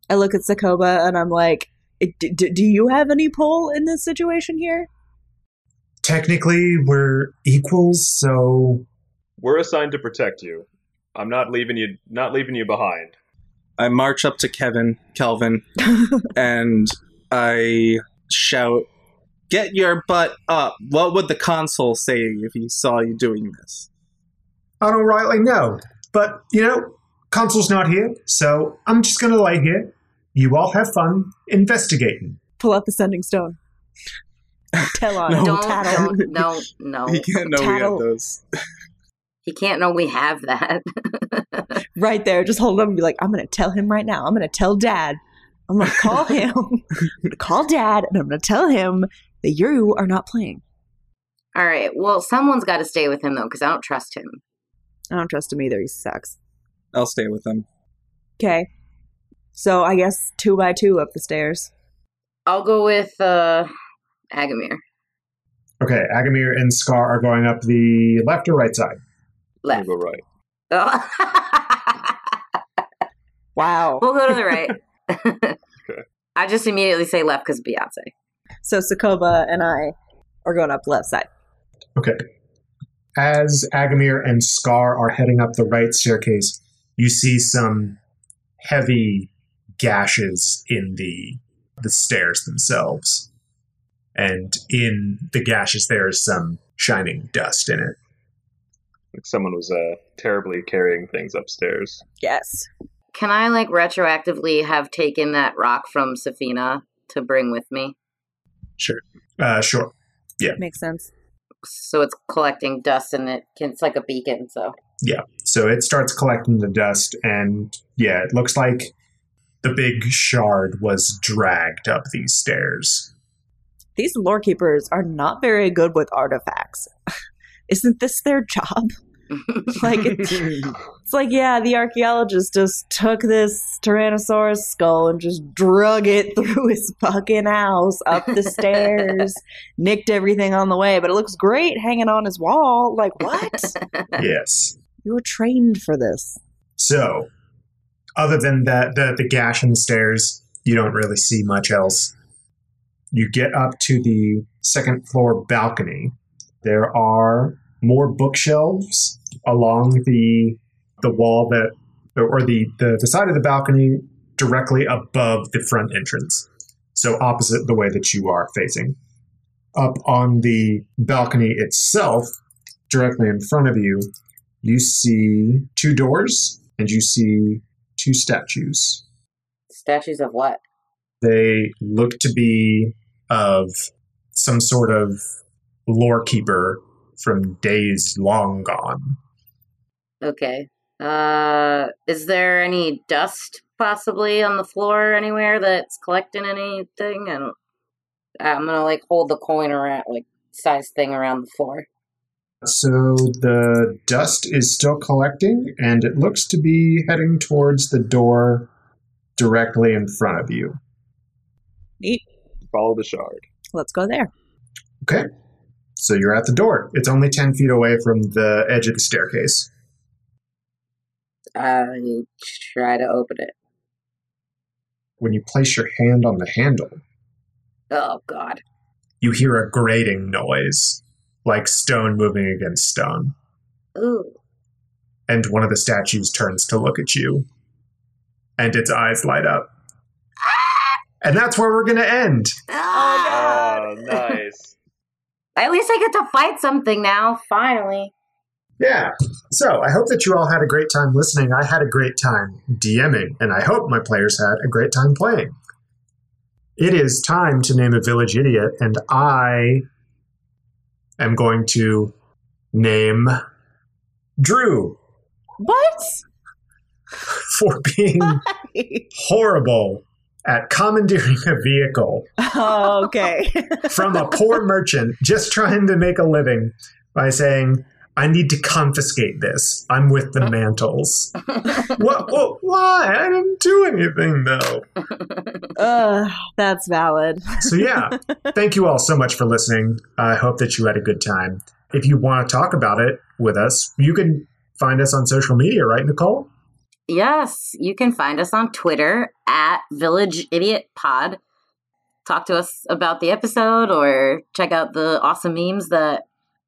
[SPEAKER 5] I look at Sakoba and I'm like, d- d- do you have any pull in this situation here?
[SPEAKER 1] Technically, we're equals, so
[SPEAKER 2] We're assigned to protect you. I'm not leaving you. Not leaving you behind.
[SPEAKER 3] I march up to Kevin, Kelvin, and I shout, Get your butt up. What would the consul say if he saw you doing this?
[SPEAKER 1] I don't rightly know. But you know, consul's not here, so I'm just gonna lay here. You all have fun investigating.
[SPEAKER 5] Pull out the
[SPEAKER 4] <laughs>
[SPEAKER 5] sending stone. Tell on.
[SPEAKER 3] No.
[SPEAKER 4] don't,
[SPEAKER 5] tattle.
[SPEAKER 4] don't, no, no.
[SPEAKER 3] <laughs> He can't know we have
[SPEAKER 5] Tattle.
[SPEAKER 3] those.
[SPEAKER 4] He can't know we have that. <laughs>
[SPEAKER 5] Right there. Just hold up and be like, I'm going to tell him right now. I'm going to tell dad. I'm going to
[SPEAKER 4] <laughs>
[SPEAKER 5] call him. I'm going to call dad and I'm going to tell him that you are not playing.
[SPEAKER 4] all right. Well, someone's got to stay with him, though, because I don't trust him.
[SPEAKER 5] I don't trust him either. He sucks.
[SPEAKER 3] I'll stay with him.
[SPEAKER 5] Okay. So I guess two by two up the stairs.
[SPEAKER 4] I'll go with uh, Agamir.
[SPEAKER 1] Okay, Agamir and Scar are going up the left or right side.
[SPEAKER 2] We'll
[SPEAKER 4] Left.
[SPEAKER 2] go right.
[SPEAKER 4] <laughs> Oh.
[SPEAKER 5] Wow.
[SPEAKER 4] we'll go to the right. <laughs> I just immediately say left because Beyonce.
[SPEAKER 5] So Sakoba and I are going up left side.
[SPEAKER 1] Okay. As Agamir and Scar are heading up the right staircase, you see some heavy gashes in the the stairs themselves. And in the gashes there is some shining dust in it.
[SPEAKER 2] Like someone was uh, terribly carrying things upstairs.
[SPEAKER 5] Yes.
[SPEAKER 4] Can I like retroactively have taken that rock from Safina to bring with me?
[SPEAKER 1] Uh sure.
[SPEAKER 5] Makes sense.
[SPEAKER 4] So it's collecting dust and it can, it's like a beacon. So
[SPEAKER 1] So it starts collecting the dust and yeah, it looks like the big shard was dragged up these stairs.
[SPEAKER 5] These lore keepers are not very good with artifacts. <laughs> Isn't this their <laughs> job? Like, it's,
[SPEAKER 2] <laughs>
[SPEAKER 5] it's like, yeah, the archaeologist just took this Tyrannosaurus skull and just drug it <laughs> through his fucking house up the <laughs> stairs, nicked everything on the way, but it looks great hanging on his wall. Like, <laughs> what?
[SPEAKER 1] yes.
[SPEAKER 5] you were trained for this.
[SPEAKER 1] So, other than that, the, the gash in the stairs, you don't really see much else. You get up to the second floor balcony. There are more bookshelves along the the wall that, or the, the, the side of the balcony directly above the front entrance. So, opposite the way that you are facing. Up on the balcony itself, directly in front of you, you see two doors and you see two statues.
[SPEAKER 4] statues of what?
[SPEAKER 1] They look to be of some sort of lore keeper from days long gone.
[SPEAKER 4] Okay. Uh, is there any dust possibly on the floor anywhere that's collecting anything? I don't. I'm gonna like hold the coin around, like size thing around the floor.
[SPEAKER 1] So the dust is still collecting and it looks to be heading towards the door directly in front of you.
[SPEAKER 5] Neat.
[SPEAKER 2] Follow the shard.
[SPEAKER 5] Let's go there.
[SPEAKER 1] So you're at the door. It's only 10 feet away from the edge of the staircase.
[SPEAKER 4] I try to open it.
[SPEAKER 1] When you place your hand on the handle,
[SPEAKER 4] Oh God.
[SPEAKER 1] you hear a grating noise, like stone moving against stone.
[SPEAKER 4] Ooh.
[SPEAKER 1] And one of the statues turns to look at you, and its eyes light up. And that's where we're going to end.
[SPEAKER 4] Ah!
[SPEAKER 2] Ah, nice.
[SPEAKER 4] At least I get to fight something now. Finally.
[SPEAKER 1] Yeah. So I hope that you all had a great time listening. I had a great time DMing, and I hope my players had a great time playing. It is time to name a village idiot, and I am going to name Drew
[SPEAKER 5] What?
[SPEAKER 1] <laughs>
[SPEAKER 5] <laughs>
[SPEAKER 1] for being horrible at commandeering a vehicle
[SPEAKER 5] oh, okay.
[SPEAKER 1] from a poor merchant just trying to make a living by saying, I need to confiscate this. I'm with the mantles. what, what? Why? I didn't do anything, though.
[SPEAKER 5] Ugh, that's valid.
[SPEAKER 1] So, yeah, thank you all so much for listening. I hope that you had a good time. If you want to talk about it with us, you can find us on social media, right, Nicole?
[SPEAKER 4] Yes, you can find us on Twitter at Village Idiot Pod. Talk to us about the episode or check out the awesome memes that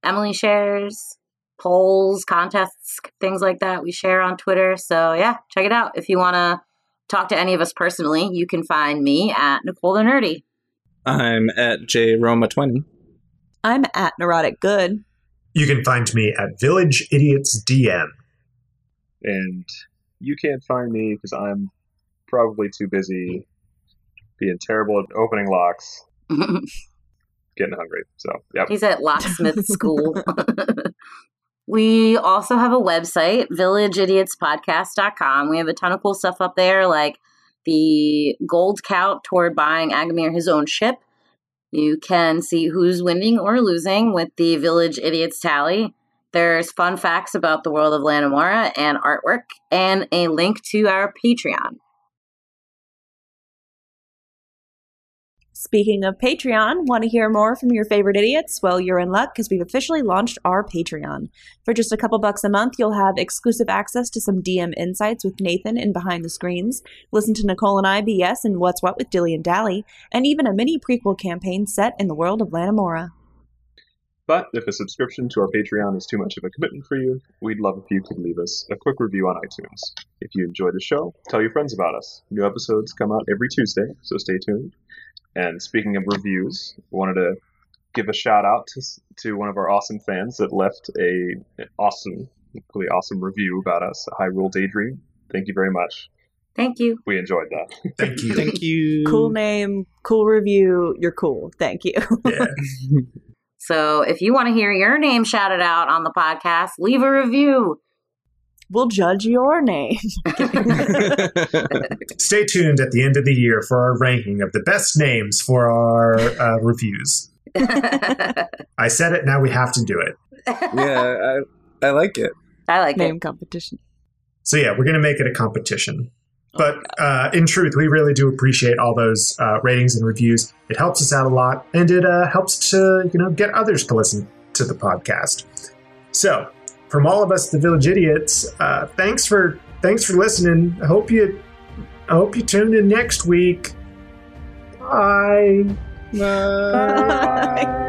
[SPEAKER 4] Emily shares, polls, contests, things like that we share on Twitter. So, yeah, check it out. If you want to talk to any of us personally, you can find me at Nicole the Nerdy. <laughs>
[SPEAKER 3] I'm at JRoma20.
[SPEAKER 5] I'm at neurotic good.
[SPEAKER 1] You can find me at Village Idiots DM.
[SPEAKER 2] <laughs> and you can't find me because I'm probably too busy being terrible at opening locks, getting hungry. So, yeah.
[SPEAKER 4] He's at locksmith school. <laughs> we also have a website, villageidiotspodcast.com. We have a ton of cool stuff up there, like the gold count toward buying Agamir his own ship. You can see who's winning or losing with the Village Idiots tally. There's fun facts about the world of Lanamora and artwork, and a link to our Patreon.
[SPEAKER 5] Speaking of Patreon, want to hear more from your favorite idiots? Well, you're in luck because we've officially launched our Patreon. For just a couple bucks a month, you'll have exclusive access to some DM insights with Nathan in Behind the Screens, listen to Nicole and I BS and What's What with Dilly and Dally, and even a mini prequel campaign set in the world of Lanamora.
[SPEAKER 2] But if a subscription to our Patreon is too much of a commitment for you, we'd love if you could leave us a quick review on iTunes. If you enjoy the show, tell your friends about us. New episodes come out every Tuesday, so stay tuned. And speaking of reviews, wanted to give a shout out to, to one of our awesome fans that left a an awesome, really awesome review about us, Hyrule Daydream. Thank you very much.
[SPEAKER 4] Thank you.
[SPEAKER 2] We enjoyed that.
[SPEAKER 1] Thank you.
[SPEAKER 3] Thank you. <laughs>
[SPEAKER 5] Cool <laughs> name, cool review, you're cool. Thank you. <laughs>
[SPEAKER 1] yeah.
[SPEAKER 4] So if you want to hear your name shouted out on the podcast, leave a review. <laughs>
[SPEAKER 5] We'll judge your name.
[SPEAKER 1] Stay tuned at the end of the year for our ranking of the best names for our uh, reviews. I said it, now we have to do it.
[SPEAKER 3] yeah, I, I like it.
[SPEAKER 4] I like it.
[SPEAKER 5] Name competition.
[SPEAKER 1] So, yeah, we're going to make it a competition. But uh, in truth, we really do appreciate all those uh, ratings and reviews. It helps us out a lot, and it uh, helps to you know get others to listen to the podcast. So, from all of us, the Village Idiots, uh, thanks for thanks for listening. I hope you I hope you tune in next week. Bye.
[SPEAKER 5] Bye.